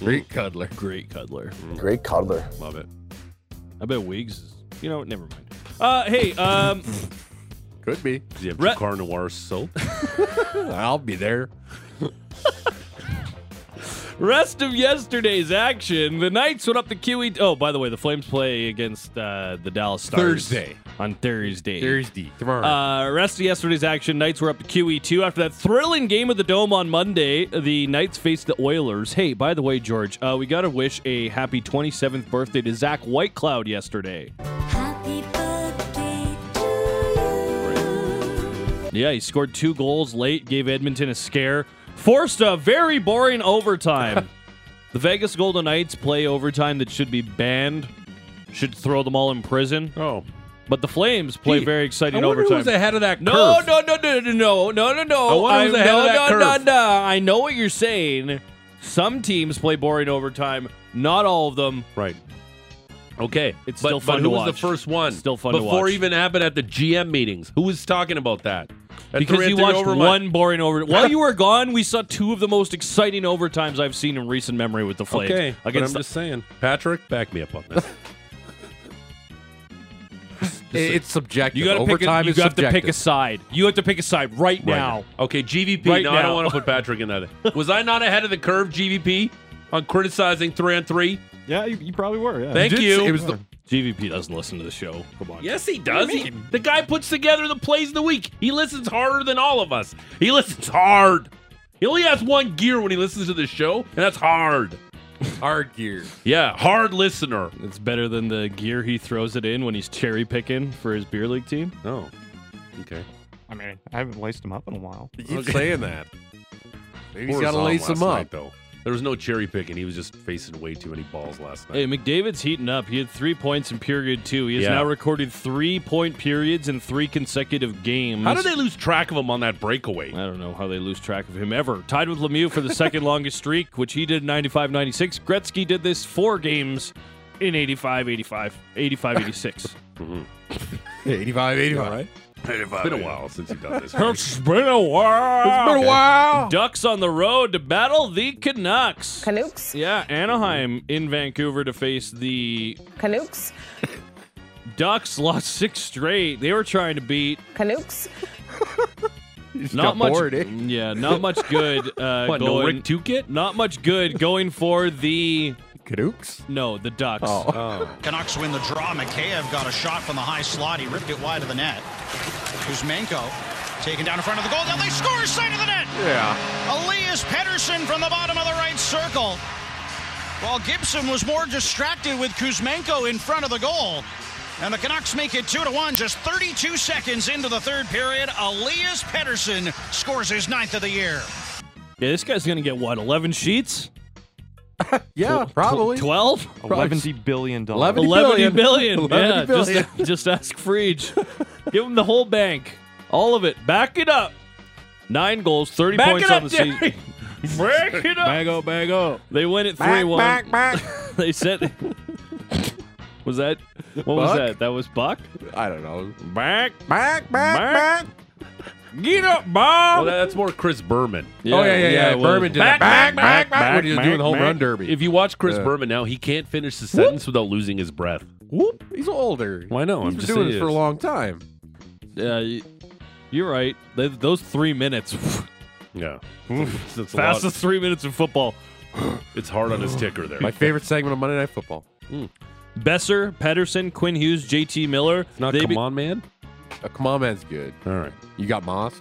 Great cuddler.
Great cuddler.
Great cuddler.
love it.
I bet Wiggs is. You know, what, never mind. Uh, hey, um,
Could be.
Does he have
Re-
car noir soap?
I'll be there.
Rest of yesterday's action, the Knights went up to QE. Oh, by the way, the Flames play against uh, the Dallas Stars
Thursday.
on Thursday.
Thursday. Tomorrow.
Uh, rest of yesterday's action, Knights were up to QE2 after that thrilling game of the Dome on Monday. The Knights faced the Oilers. Hey, by the way, George, uh, we got to wish a happy 27th birthday to Zach Whitecloud yesterday.
Happy birthday to you.
Yeah, he scored two goals late, gave Edmonton a scare, forced a very boring overtime. the Vegas Golden Knights play overtime that should be banned, should throw them all in prison.
Oh.
But the Flames play
Gee,
very exciting
I wonder
overtime.
who's ahead of that curve.
No, no, no, no, no, no, no, no, no.
I wonder who's
I-
ahead
no,
of that
no, no,
curve.
no. I know what you're saying. Some teams play boring overtime. Not all of them.
Right. Okay.
It's
but,
still
but
fun
who
to
was the
watch.
first one?
Still fun to
Before
watch.
even happened at the GM meetings. Who was talking about that? That
Because
threw
you
Anthony
watched
over my-
one boring overtime. While you were gone, we saw two of the most exciting overtimes I've seen in recent memory with the Flames.
Okay. But I'm
Against
just saying. Patrick, back me up on this.
It- it's subjective.
you got to pick. A,
Overtime
you
is
got to pick a
subjective.
side. You have to pick a side right, now.
Okay, GVP.
Right
no, I
now.
don't want to put Patrick in that. Was I not ahead of the curve, GVP, on criticizing three on three?
Yeah, you, you probably were. Yeah.
Thank
did
you.
say- It was the
GVP doesn't listen to the show. Come on.
yes, he does. He- the guy puts together the plays of the week. He listens harder than all of us. He listens hard. He only has one gear when he listens to this show, and that's hard.
hard gear.
Yeah, hard listener.
It's better than the gear he throws it in when he's cherry picking for his beer league team.
Oh, okay.
I mean, I haven't laced him up in a while.
You keep saying that. Maybe he's
Poor
got to
Zom
lace
last
him
night,
up.
though. There was no cherry picking. He was just facing way too many balls last night.
Hey, McDavid's heating up. He had three points in period two. He has
Yeah.
now recorded three point periods in three consecutive games.
How did they lose track of him on that breakaway?
I don't know how they lose track of him ever. Tied with Lemieux for the second longest streak, which he did in 95 96. Gretzky did this four games in 85 85, 85 86.
Yeah, 85, 85. right?
It's been a while since you've done this.
it's been a while. It's
Been a while.
Ducks on the road to battle the Canucks.
Canucks,
Yeah, Anaheim in Vancouver to face the
Canucks,
Ducks. Lost six straight. They were trying to beat
Canucks,
not
got
much.
bored, eh?
Yeah, not much good. Uh,
What, no
going,
Rick Tukit?
Not much good going for the
Canucks.
no the Ducks.
Canucks win the draw. Mikheyev got a shot from the high slot. He ripped it wide of the net. Kuzmenko taken down in front of the goal. Now they score side of the net.
Yeah.
Elias Pettersson from the bottom of the right circle. While Gibson was more distracted with Kuzmenko in front of the goal. And the Canucks make it 2 to 1 just 32 seconds into the third period. Elias Pettersson scores his ninth of the year.
Yeah, this guy's gonna get what eleven sheets?
Yeah, probably.
Twelve?
Eleventy billion dollars.
11
Eleven
billion.
billion. Yeah,
11 billion.
just just ask Frege. Give him the whole bank, all of it. Back it up. Nine goals, thirty
Back
points
it up,
on the season.
Break it up.
Bago, bago.
They win it three
Back,
one.
back, back.
They said. Was that what was
Buck? Oh,
that? That was Buck.
I don't know.
Back,
Back, back, back.
get up, Bob.
Well, that's more Chris Berman.
oh, yeah, yeah, yeah.
it was.
Berman did
Back, back,
back, back, back, back,
back,
when he was
back,
doing the whole
back.
run derby.
If you watch Chris
Yeah.
Berman now, he can't finish the sentence without losing his breath.
whoop, he's older.
Why no?
He's
I'm
been
just
doing
saying
this for
it
a
is.
long time.
Yeah, y- you're right. Th those three minutes,
Yeah. it's, it's a lot-
fastest three minutes in football.
it's hard on his ticker there.
My favorite segment of Monday Night Football.
Besser, Pedersen, Quinn Hughes, JT Miller.
It's not
they
come
be-
on, man.
A Kamal man's good.
All right.
You got Moss.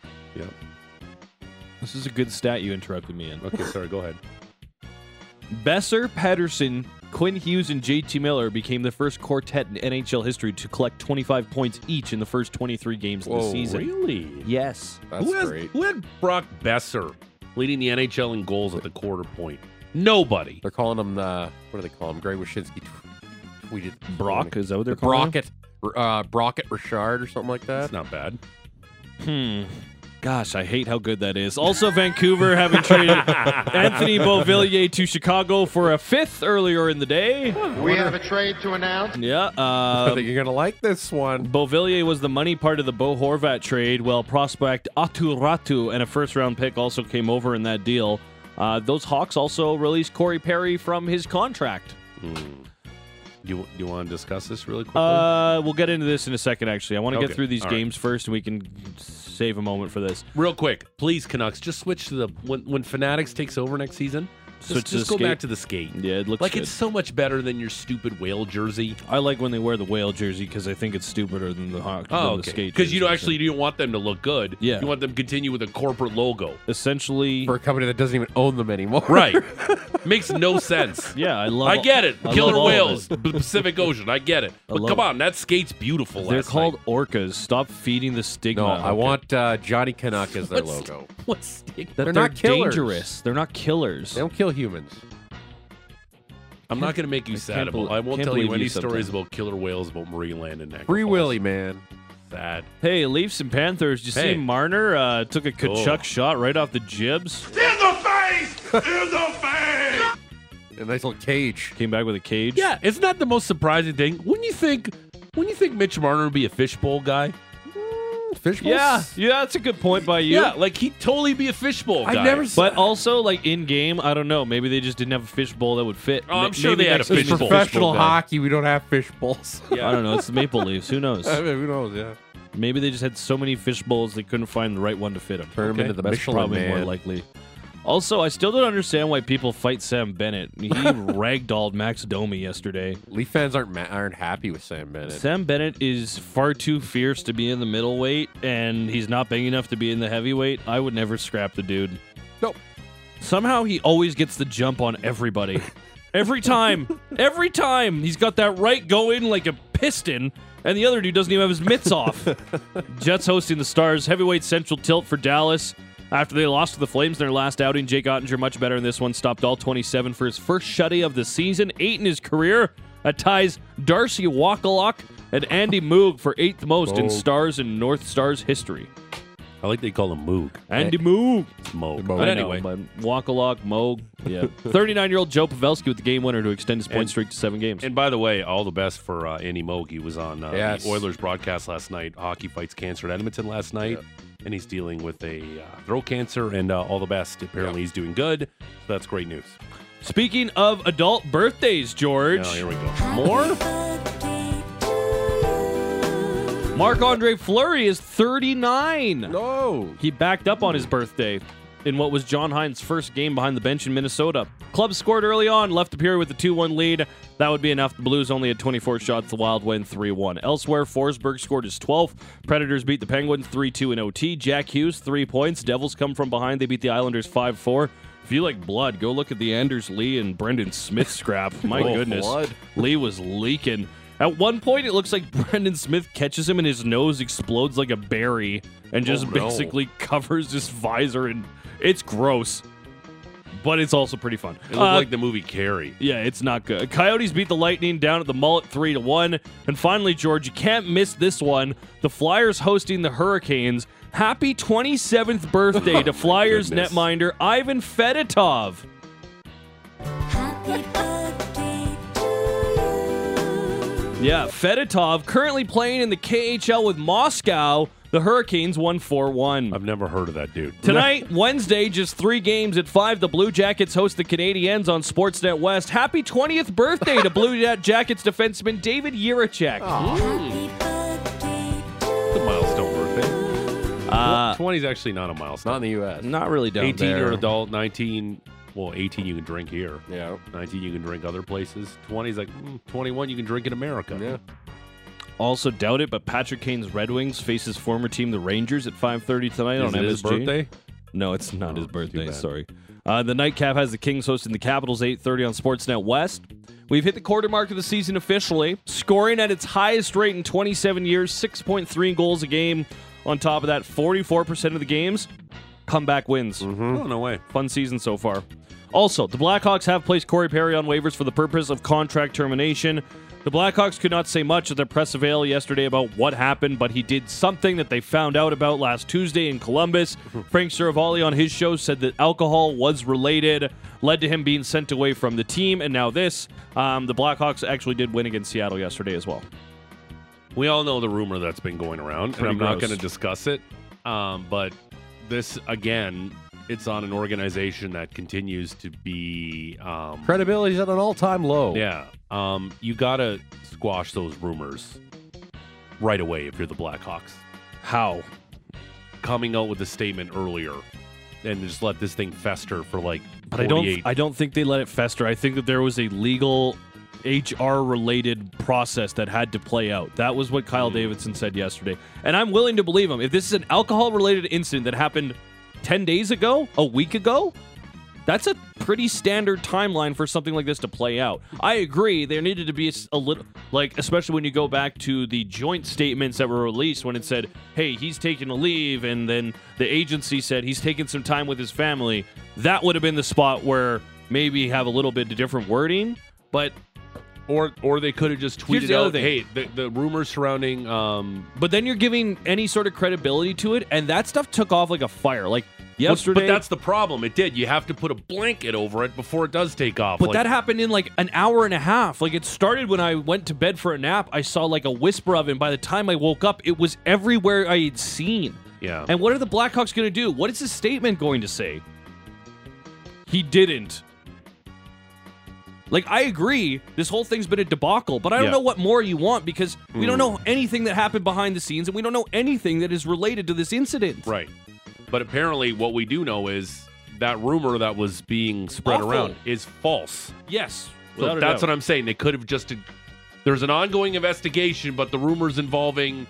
This is a good stat you interrupted me in.
Okay, sorry. Go ahead.
Besser, Pedersen, Quinn Hughes, and JT Miller became the first quartet in NHL history to collect 25 points each in the first 23 games of the
Whoa, Uh,
season.
Really?
Yes.
That's
who, has,
great.
who had Brock Besser leading the NHL in goals at the quarter point? Nobody.
They're calling him the what do they call him? Greg Wyshynski tw- tweeted
Brock, is that what they're
the
calling
Brockett, uh, Brockett Richard or something like that.
That's not bad.
Hmm. Gosh, I hate how good that is. Also, Vancouver having traded Anthony Beauvillier to Chicago for a fifth earlier in the day.
We have a trade to announce.
Yeah.
I
Uh,
think you're gonna like this one.
Beauvillier was the money part of the Bo Horvat trade, while prospect Atu Ratu and a first round pick also came over in that deal. Uh, those Hawks also released Corey Perry from his contract.
You you want to discuss this really quickly?
Uh, we'll get into this in a second, actually. I want to
Okay,
get through these
all right.
games first, and we can save a moment for this.
Real quick, please, Canucks, just switch to the when when Fanatics takes over next season. Just,
Switch to
just go
the
back
skate.
to the skate.
Yeah, it looks
like
good.
it's so much better than your stupid whale jersey.
I like when they wear the whale jersey because I think it's stupider than the hawk. than the skate
Because Oh, you
jersey,
don't actually you don't want them to look good.
Yeah.
you want them to continue with a corporate logo.
so. essentially.
for a company that doesn't even own them anymore.
Right, makes no sense.
Yeah, I love.
I get it.
I love
Killer
all of
whales,
it.
the Pacific Ocean. I get it. But
love
come
it.
on, that skate's beautiful.
They're
last
called
night.
orcas. Stop feeding the stigma.
No,
Okay.
I want uh, Johnny Canuck as their
What's-
logo.
What stick?
That
They're
they're,
not killers.
dangerous. They're not killers.
They don't kill humans.
I'm not going to make you
I
sad
can't
about.
bel-
I won't
can't
tell you
believe
any
you
stories
sometimes.
about killer whales about marine land and
Free
Niagara
Willy,
Falls.
man.
Sad.
Hey, Leafs and Panthers. Did you
Hey.
see Marner uh, took a Kachuk
Oh.
shot right off the jibs?
A nice little cage.
Came back with a cage.
Yeah, it's not the most surprising thing. Wouldn't you think? Wouldn't you think Mitch Marner would be a fishbowl guy?
Fishbowl.
Yeah, yeah, that's a good point by you.
Yeah, like he'd totally be a fishbowl guy.
I've never seen.
But also, like in game, I don't know. Maybe they just didn't have a fishbowl that would fit.
Oh, I'm
Ma-
sure
maybe
they had
next
a
game is
fishbowl.
professional
guy.
hockey, we don't have fish bowls.
I don't know. It's the Maple Leafs. Who knows?
I mean, who knows? Yeah.
Maybe they just had so many fish bowls they couldn't find the right one to fit them.
Turn 'em into the
That's
Michelin
probably more
Man.
likely. Also, I still don't understand why people fight Sam Bennett. He ragdolled Max Domi yesterday.
Leaf fans aren't ma- aren't happy with Sam Bennett.
Sam Bennett is far too fierce to be in the middleweight, and he's not big enough to be in the heavyweight. I would never scrap the dude.
Nope.
Somehow he always gets the jump on everybody. Every time. Every time. He's got that right going like a piston, and the other dude doesn't even have his mitts off. Jets hosting the Stars. Heavyweight Central tilt for Dallas. After they lost to the Flames in their last outing, Jake Ottinger, much better in this one, stopped all 27 for his first shutty of the season, eight in his career. That ties Darcy Wackalock and Andy Moog for eighth most in Stars and North Stars history.
I like they call him Moog.
Andy Moog.
Moog.
But
But anyway,
Wackalock, Moog. Yeah. 39 year old Joe Pavelski with the game winner to extend his point
And-
streak to seven games.
and by the way, all the best for uh, Andy Moog. He was on uh,
Yes.
the Oilers broadcast last night. Hockey fights cancer at Edmonton last night, and he's dealing with a uh, throat cancer. And uh, all the best. Apparently, he's doing good. So that's great news.
Speaking of adult birthdays, George,
Now Oh, here we go.
more? Marc Andre Fleury is 39.
No.
He backed up on his birthday in what was John Hines' first game behind the bench in Minnesota. Club scored early on, left the period with a 2 1 lead. That would be enough. The Blues only had 24 shots. The Wild win 3 1. Elsewhere, Forsberg scored his 12th. Predators beat the Penguins 3 2 in OT. Jack Hughes, 3 points. Devils come from behind. They beat the Islanders 5 4. If you like blood, go look at the Anders Lee and Brendan Smith scrap. My
Oh,
goodness.
blood.
Lee was leaking. At one point, it looks like Brendan Smith catches him and his nose explodes like a berry and
Oh,
just basically covers his visor. And it's gross, but it's also pretty fun.
It looked
Uh,
like the movie Carrie.
yeah, it's not good. Coyotes beat the Lightning down at the Mullet 3 to 1. And finally, George, you can't miss this one. The Flyers hosting the Hurricanes. Happy 27th birthday to Flyers
goodness.
netminder Ivan Fedotov. Yeah, Fedotov currently playing in the KHL with Moscow. The Hurricanes won 4 1.
I've never heard of that dude.
Tonight, Wednesday, just three games at five. The Blue Jackets host the Canadiens on Sportsnet West. Happy 20th birthday to Blue Ja- Jackets defenseman David Yerichek.
That's a milestone birthday.
Uh,
Twenty is actually not a milestone.
Not in the U.S.
not really down
18
there.
you're an adult 19 well 18 you can drink here
Yeah.
19 you can drink other places 20 is like mm, 21 you can drink in america
Yeah.
Also doubt it, but Patrick Kane's Red Wings faces former team the Rangers at 5:30 tonight
Is
on
it
MSG.
his birthday
No, it's not his
Oh, too
birthday.
bad.
Sorry. Uh, the nightcap has the Kings hosting the Capitals 8:30 on Sportsnet West. We've hit the quarter mark of the season officially, scoring at its highest rate in 27 years, 6.3 goals a game. On top of that, 44% of the games comeback wins.
Hmm.
oh no way
Fun season so far. Also, the Blackhawks have placed Corey Perry on waivers for the purpose of contract termination. The Blackhawks could not say much at their press avail yesterday about what happened, but he did something that they found out about last Tuesday in Columbus. Frank Saravalli on his show said that alcohol was related, led to him being sent away from the team, and now this. Um, the Blackhawks actually did win against Seattle yesterday as well.
we all know the rumor that's been going around and
Pretty
i'm not
gross.
going to discuss it um, but this again it's on an organization that continues to be um,
Credibility's at an all-time low.
yeah um, you gotta squash those rumors right away if you're the blackhawks
How?
coming out with a statement earlier and just let this thing fester for like
But I don't.
48.
I don't think they let it fester. I think that there was a legal, HR-related process that had to play out. That was what Kyle Davidson said yesterday, and I'm willing to believe him. If this is an alcohol-related incident that happened ten days ago, a week ago, that's a pretty standard timeline for something like this to play out. I agree. There needed to be a s- a little, like, especially when you go back to the joint statements that were released when it said, hey, he's taking a leave, and then the agency said he's taking some time with his family. That would have been the spot where maybe have a little bit different wording, but.
Or, or they could have just
Here's
tweeted
the other
out,
thing.
"Hey, the, the rumors surrounding um,
But then you're giving any sort of credibility to it, and that stuff took off like a fire. Like
Well,
yesterday,
But that's the problem. It did. You have to put a blanket over it before it does take off.
But
Like,
that happened in like an hour and a half. Like it started when I went to bed for a nap. I saw like a whisper of it. And by the time I woke up, it was everywhere I had seen.
Yeah.
And what are the Blackhawks going to do? What is the statement going to say? He didn't. Like I agree, this whole thing's been a debacle, but I don't
Yeah.
know what more you want because we
Mm.
don't know anything that happened behind the scenes, and we don't know anything that is related to this incident.
Right. But apparently, what we do know is that rumor that was being spread
Awful.
around is false.
Yes.
So that's what I'm saying. They could have just. There's an ongoing investigation, but the rumors involving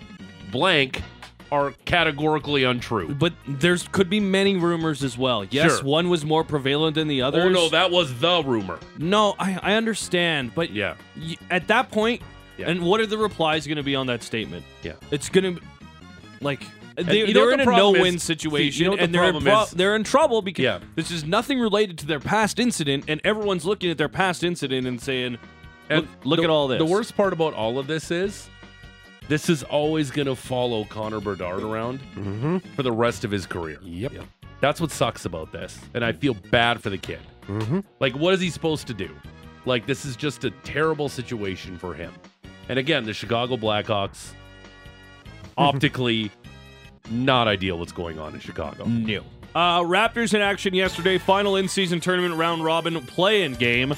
blank are categorically untrue.
But there's could be many rumors as well. Yes,
Sure.
one was more prevalent than the other.
Oh no, that was the rumor.
No, I, I understand, but
Yeah.
y- at that point,
Yeah.
and what are the replies going to be on that statement?
Yeah.
It's going to like they,
you know
they're
what
in
the
a
problem
no-win
is- see, you
situation,
know what the
and they're in
problem
pro-
is?
they're in trouble because
Yeah.
this is nothing related to their past incident, and everyone's looking at their past incident and saying, "Look, look
the-
at all this."
The worst part about all of this is this is always going to follow Connor Bedard around for the rest of his career.
Yep.
That's what sucks about this. And I feel bad for the kid.
Mhm.
Like, what is he supposed to do? Like, this is just a terrible situation for him. And again, the Chicago Blackhawks, Mm-hmm. optically, not ideal what's going on in Chicago.
No. Uh, Raptors in action yesterday. Final in-season tournament round robin play-in game.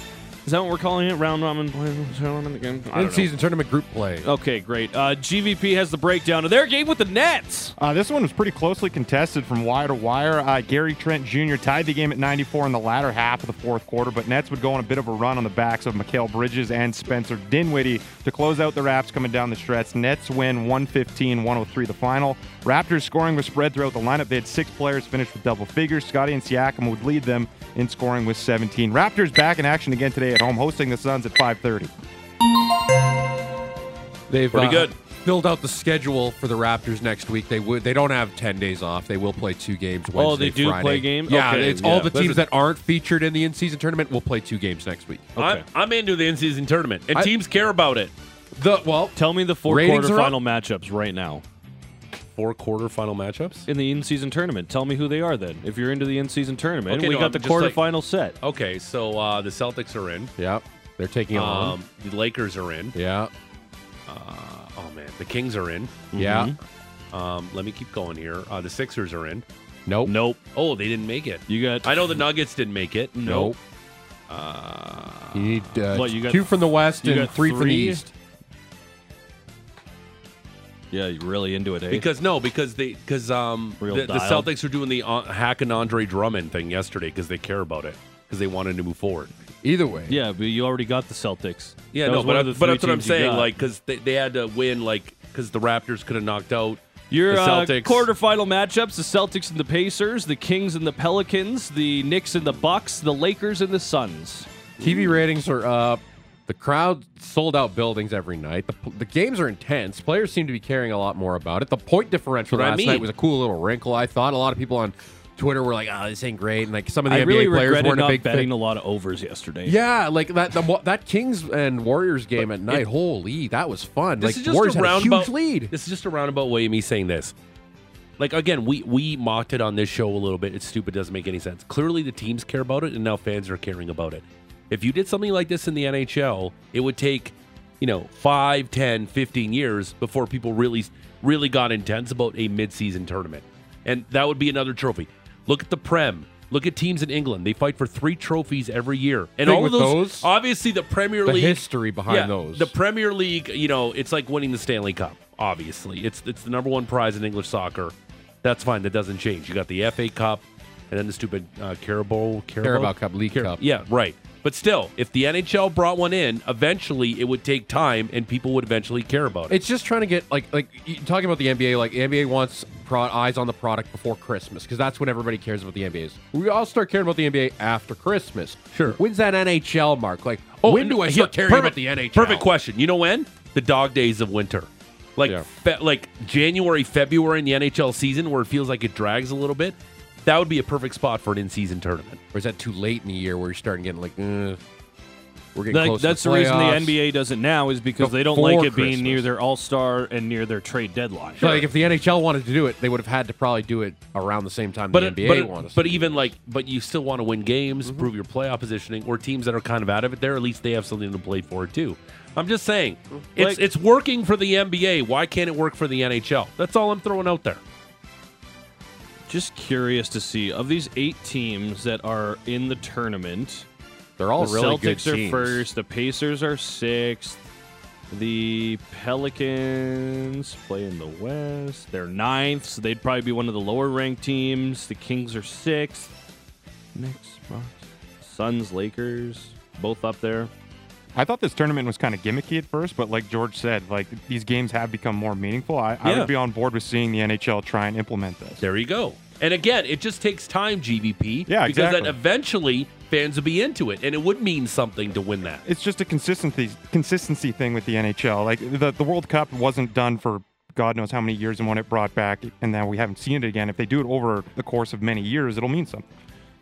Is that what we're calling it? Round robin play-in tournament game. I don't know.
In-season tournament group play.
Okay, great. Uh, GVP has the breakdown of their game with the Nets.
Uh, this one was pretty closely contested from wire to wire. Uh, Gary Trent Jr. tied the game at 94 in the latter half of the fourth quarter, but Nets would go on a bit of a run on the backs of Mikael Bridges and Spencer Dinwiddie to close out the Raps coming down the stretch. Nets win 115-103 the final. Raptors scoring was spread throughout the lineup. They had six players finish with double figures. Scotty and Siakam would lead them in scoring with 17. Raptors back in action again today at home, hosting the Suns at 5:30.
They've
Pretty good.
Filled out the schedule for the Raptors next week. They would. They don't have ten days off. They will play two games. Wednesday,
Oh, they do
Friday.
play games?
Yeah,
Okay,
it's all
yeah.
the teams
Listen.
that aren't featured in the in-season tournament will play two games next week.
I'm, I'm into the in-season tournament, and
I-
teams care about it.
The well,
Tell me the four
Ratings are up.
quarterfinal matchups right now
Four quarterfinal matchups.
in the in-season tournament. Tell me who they are then. If you're into the in-season tournament,
Okay,
we
no,
got
I'm
the
just like-
quarterfinal set.
Okay, so uh, the Celtics are in.
yeah, they're taking on.
Um, the Lakers are in.
Yeah,
Oh man, the Kings are in.
Mm-hmm.
yeah.
Um, let me keep going here. Uh, the Sixers are in.
Nope.
Nope.
Oh, they didn't make it.
You got.
I know the Nuggets didn't make it.
Nope. you need uh,
what, you got-
two from the west
you
and
got
three, from the
three?
east.
Yeah, you're really into it, eh?
Because no, because they because um
Real
the, the
dialed.
Celtics are doing the uh, hack and Andre Drummond thing yesterday because they care about it because they wanted to move forward.
Either way,
yeah, but you already got the Celtics.
Yeah,
That
no,
was
but,
one
I-
of the
but
three
that's what I'm
teams you
saying.
got.
Like because they, they had to win like because the Raptors could have knocked out
Your
the
uh,
Celtics.
quarterfinal matchups: the Celtics and the Pacers, the Kings and the Pelicans, the Knicks and the Bucks, the Lakers and the Suns.
TV ratings are up. The crowd sold out buildings every night. The, the games are intense. Players seem to be caring a lot more about it. The point differential
That's what I
last
mean.
night was a cool little wrinkle. I thought a lot of people on Twitter were like, "Oh, this ain't great," and like some of the
I
NBA
really
players
regretted
weren't a
not
big
betting
fan.
a lot of overs yesterday.
Yeah, like that the, wa- that Kings and Warriors game at night. holy, that was fun.
This
like
is just
Warriors
a
had a huge
roundabout
lead.
This is just a roundabout way of me saying this. Like again, we we mocked it on this show a little bit. It's stupid, doesn't make any sense. Clearly, the teams care about it, and now fans are caring about it. If you did something like this in the NHL, it would take, you know, 5, 10, 15 years before people really really got intense about a midseason tournament. And that would be another trophy. Look at the Prem. Look at teams in England. They fight for three trophies every year. And
Thing
all of
with
those,
those,
obviously the Premier
the
League
history behind those.
the Premier League, you know, it's like winning the Stanley Cup. Obviously, it's it's the number one prize in English soccer. That's fine. That doesn't change. You got the FA Cup, and then the stupid uh, Carabao
Carabao Cup, League Cup.
Yeah, right. But still, if the NHL brought one in, eventually it would take time, and people would eventually care about it.
It's just trying to get like like you talking about the NBA. Like the NBA wants pro- eyes on the product before Christmas because that's when everybody cares about the NBA's. We all start caring about the NBA after Christmas. Sure. When's that NHL mark? Like oh, when
and-
do I
Oh, yeah,
start caring about
perfect-
the NHL?
Perfect question. You know when? The dog days of winter. Like fe- like January, February in the NHL season where it feels like it drags a little bit. That would be a perfect spot for an in-season tournament.
Or is that too late in the year where you're starting getting like, eh, we're getting
Like,
close. to
that's the reason the
playoffs.
NBA doesn't now is because they don't like
Before
it being near
Christmas.
their All Star and near their trade deadline.
So, Like if the NHL wanted to do it, they would have had to probably do it around the same time
But
the
it-
NBA
but, it-
wanted.
but even like but you still want to win games,
Mm-hmm.
prove your playoff positioning, or teams that are kind of out of it there, at least they have something to play for too. I'm just saying, it's
Mm. Like-
it's working for the NBA. Why can't it work for the NHL? That's all I'm throwing out there.
Just curious to see of these eight teams that are in the tournament.
They're all
the
really
Celtics
good
are
teams.
first. The Pacers are sixth. The Pelicans play in the West. They're ninth, so they'd probably be one of the lower ranked teams. The Kings are sixth. Next box. Suns, Lakers, both up there.
I thought this tournament was kind of gimmicky at first, but like George said, like these games have become more meaningful. I, I
Yeah.
would be on board with seeing the NHL try and implement this.
There you go. And again, it just takes time, GVP.
Yeah,
because then
exactly.
eventually fans will be into it, and it would mean something to win that.
It's just a consistency consistency thing with the NHL. Like the the World Cup wasn't done for God knows how many years, and when it brought back, and now we haven't seen it again. If they do it over the course of many years, it'll mean something.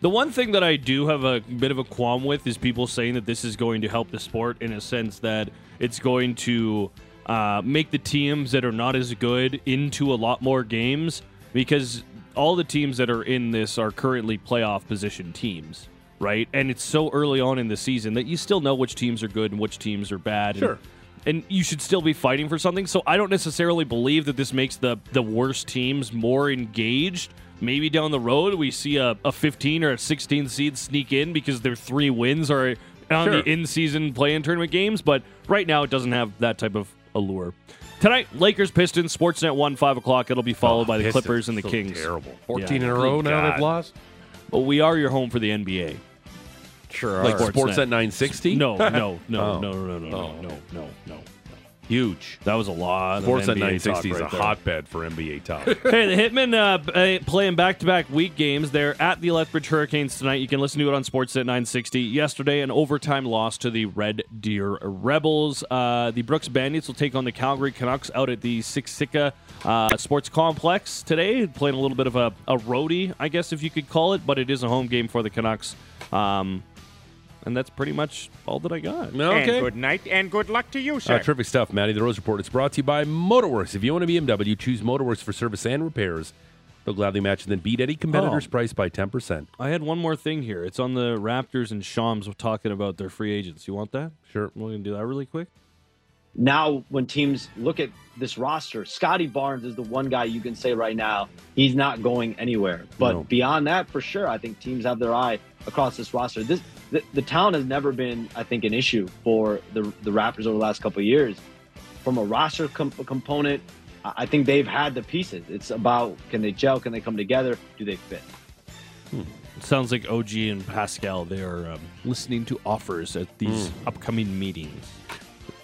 The one thing that I do have a bit of a qualm with is people saying that this is going to help the sport in a sense that it's going to uh, make the teams that are not as good into a lot more games because all the teams that are in this are currently playoff position teams, right? And it's so early on in the season that you still know which teams are good and which teams are bad. and-
Sure.
and you should still be fighting for something. So I don't necessarily believe that this makes the the worst teams more engaged. Maybe down the road we see a, a 15 or a 16 seed sneak in because their three wins are on
Sure.
the in-season play-in tournament games. But right now it doesn't have that type of allure. Tonight, Lakers Pistons Sportsnet one five o'clock. It'll be followed by the
Oh, Pistons,
Clippers and the
so
Kings.
Terrible.
14
Yeah.
in a row
Good
now
God.
they've lost.
But we are your home for the NBA.
Sure.
Like
are.
sports at 960?
No, no, no,
Oh.
no, no, no, no, no, no, no, no.
Huge.
That was a lot.
Sports at
of NBA
960
talk
is
right
a
there.
hotbed for NBA talk.
hey, the Hitmen uh, b- uh, playing back-to-back week games. They're at the Lethbridge Hurricanes tonight. You can listen to it on Sportsnet 960. Yesterday, an overtime loss to the Red Deer Rebels. Uh, the Brooks Bandits will take on the Calgary Canucks out at the Siksika uh, Sports Complex today. Playing a little bit of a, a roadie, I guess, if you could call it, but it is a home game for the Canucks. Um, and that's pretty much all that I got.
okay.
night and good luck to you,
Uh, terrific stuff, Matty. The Rose Report. It's brought to you by Motorworks. If you own a BMW, choose Motorworks for service and repairs. They'll gladly match and then beat any competitor's
Oh.
price by 10%.
I had one more thing here. It's on the Raptors and Shams talking about their free agents. You want that?
Sure.
We're going to do that really quick.
now when teams look at this roster, Scotty Barnes is the one guy you can say right now he's not going anywhere. But
No.
beyond that, for sure, I think teams have their eye across this roster. This the, the town has never been, I think, an issue for the the Raptors over the last couple of years. From a roster com- component, I I think they've had the pieces. It's about can they gel, can they come together, do they fit?
It sounds like OG and Pascal they are um, listening to offers at these
Mm.
upcoming meetings.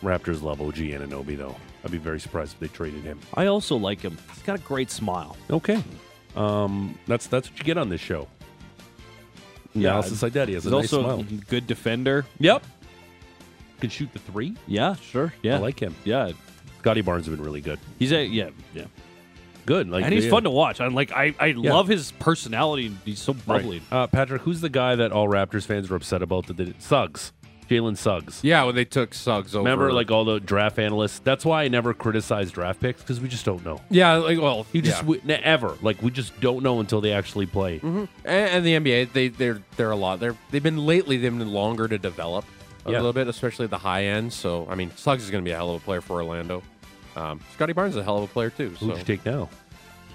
Raptors love OG Ananobi, though. I'd be very surprised if they traded him.
I also like him. He's got a great smile.
Okay. Um, that's that's what you get on this show. Analysis like that. He has a
he's
nice
also
smile.
a good defender.
Yep. Can shoot the three.
Yeah, sure. Yeah,
I like him.
Yeah,
Scotty Barnes has been really good.
He's a yeah yeah.
Good, like
and he's
yeah.
fun to watch. I'm like I, I
Yeah.
love his personality. He's so bubbly.
Right. Uh, Patrick, who's the guy that all Raptors fans were upset about? That they did? Suggs, Jalen Suggs.
Yeah, when they took Suggs over.
Remember, like all the draft analysts. That's why I never criticize draft picks because we just don't know.
Yeah, like well,
You just
yeah.
we, ne- ever like we just don't know until they actually play.
Mhm. And, and the NBA, they they're they're a lot. They're they've been lately. They've been longer to develop a
Yeah.
little bit, especially at the high end. So I mean, Suggs is going to be a hell of a player for Orlando. Um, Scotty Barnes is a hell of a player too.
Who'd
so.
you take now?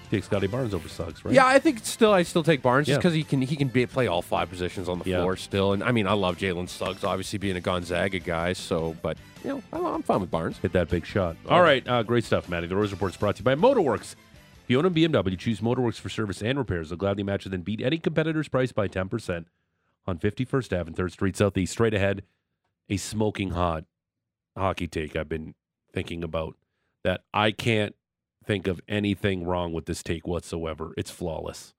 Take Scotty Barnes over Suggs, right?
Yeah, I think still I still take Barnes just
Yeah.
because he can he can be, play all five positions on the
Yeah.
floor still. And I mean, I love Jalen Suggs, obviously being a Gonzaga guy. So, but you know, I'm, I'm fine with Barnes.
Hit that big shot. All right, uh, great stuff, Matty. The Rose Report is brought to you by Motorworks. If you own a BMW, choose Motorworks for service and repairs. They'll gladly match and then beat any competitor's price by 10% on 51st Ave and 3rd Street Southeast. Straight ahead, a smoking hot hockey take I've been thinking about that I can't think of anything wrong with this take whatsoever. It's flawless.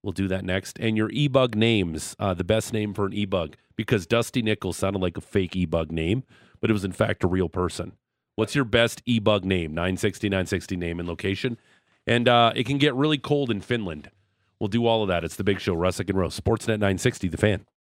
We'll do that next. And your e-bug names, uh, the best name for an e-bug, because Dusty Nichols sounded like a fake e-bug name, but it was in fact a real person. What's your best e-bug name? 960, 960 name and location. And uh, it can get really cold in Finland. We'll do all of that. It's the big show, Russick and Rose, Sportsnet 960, the fan.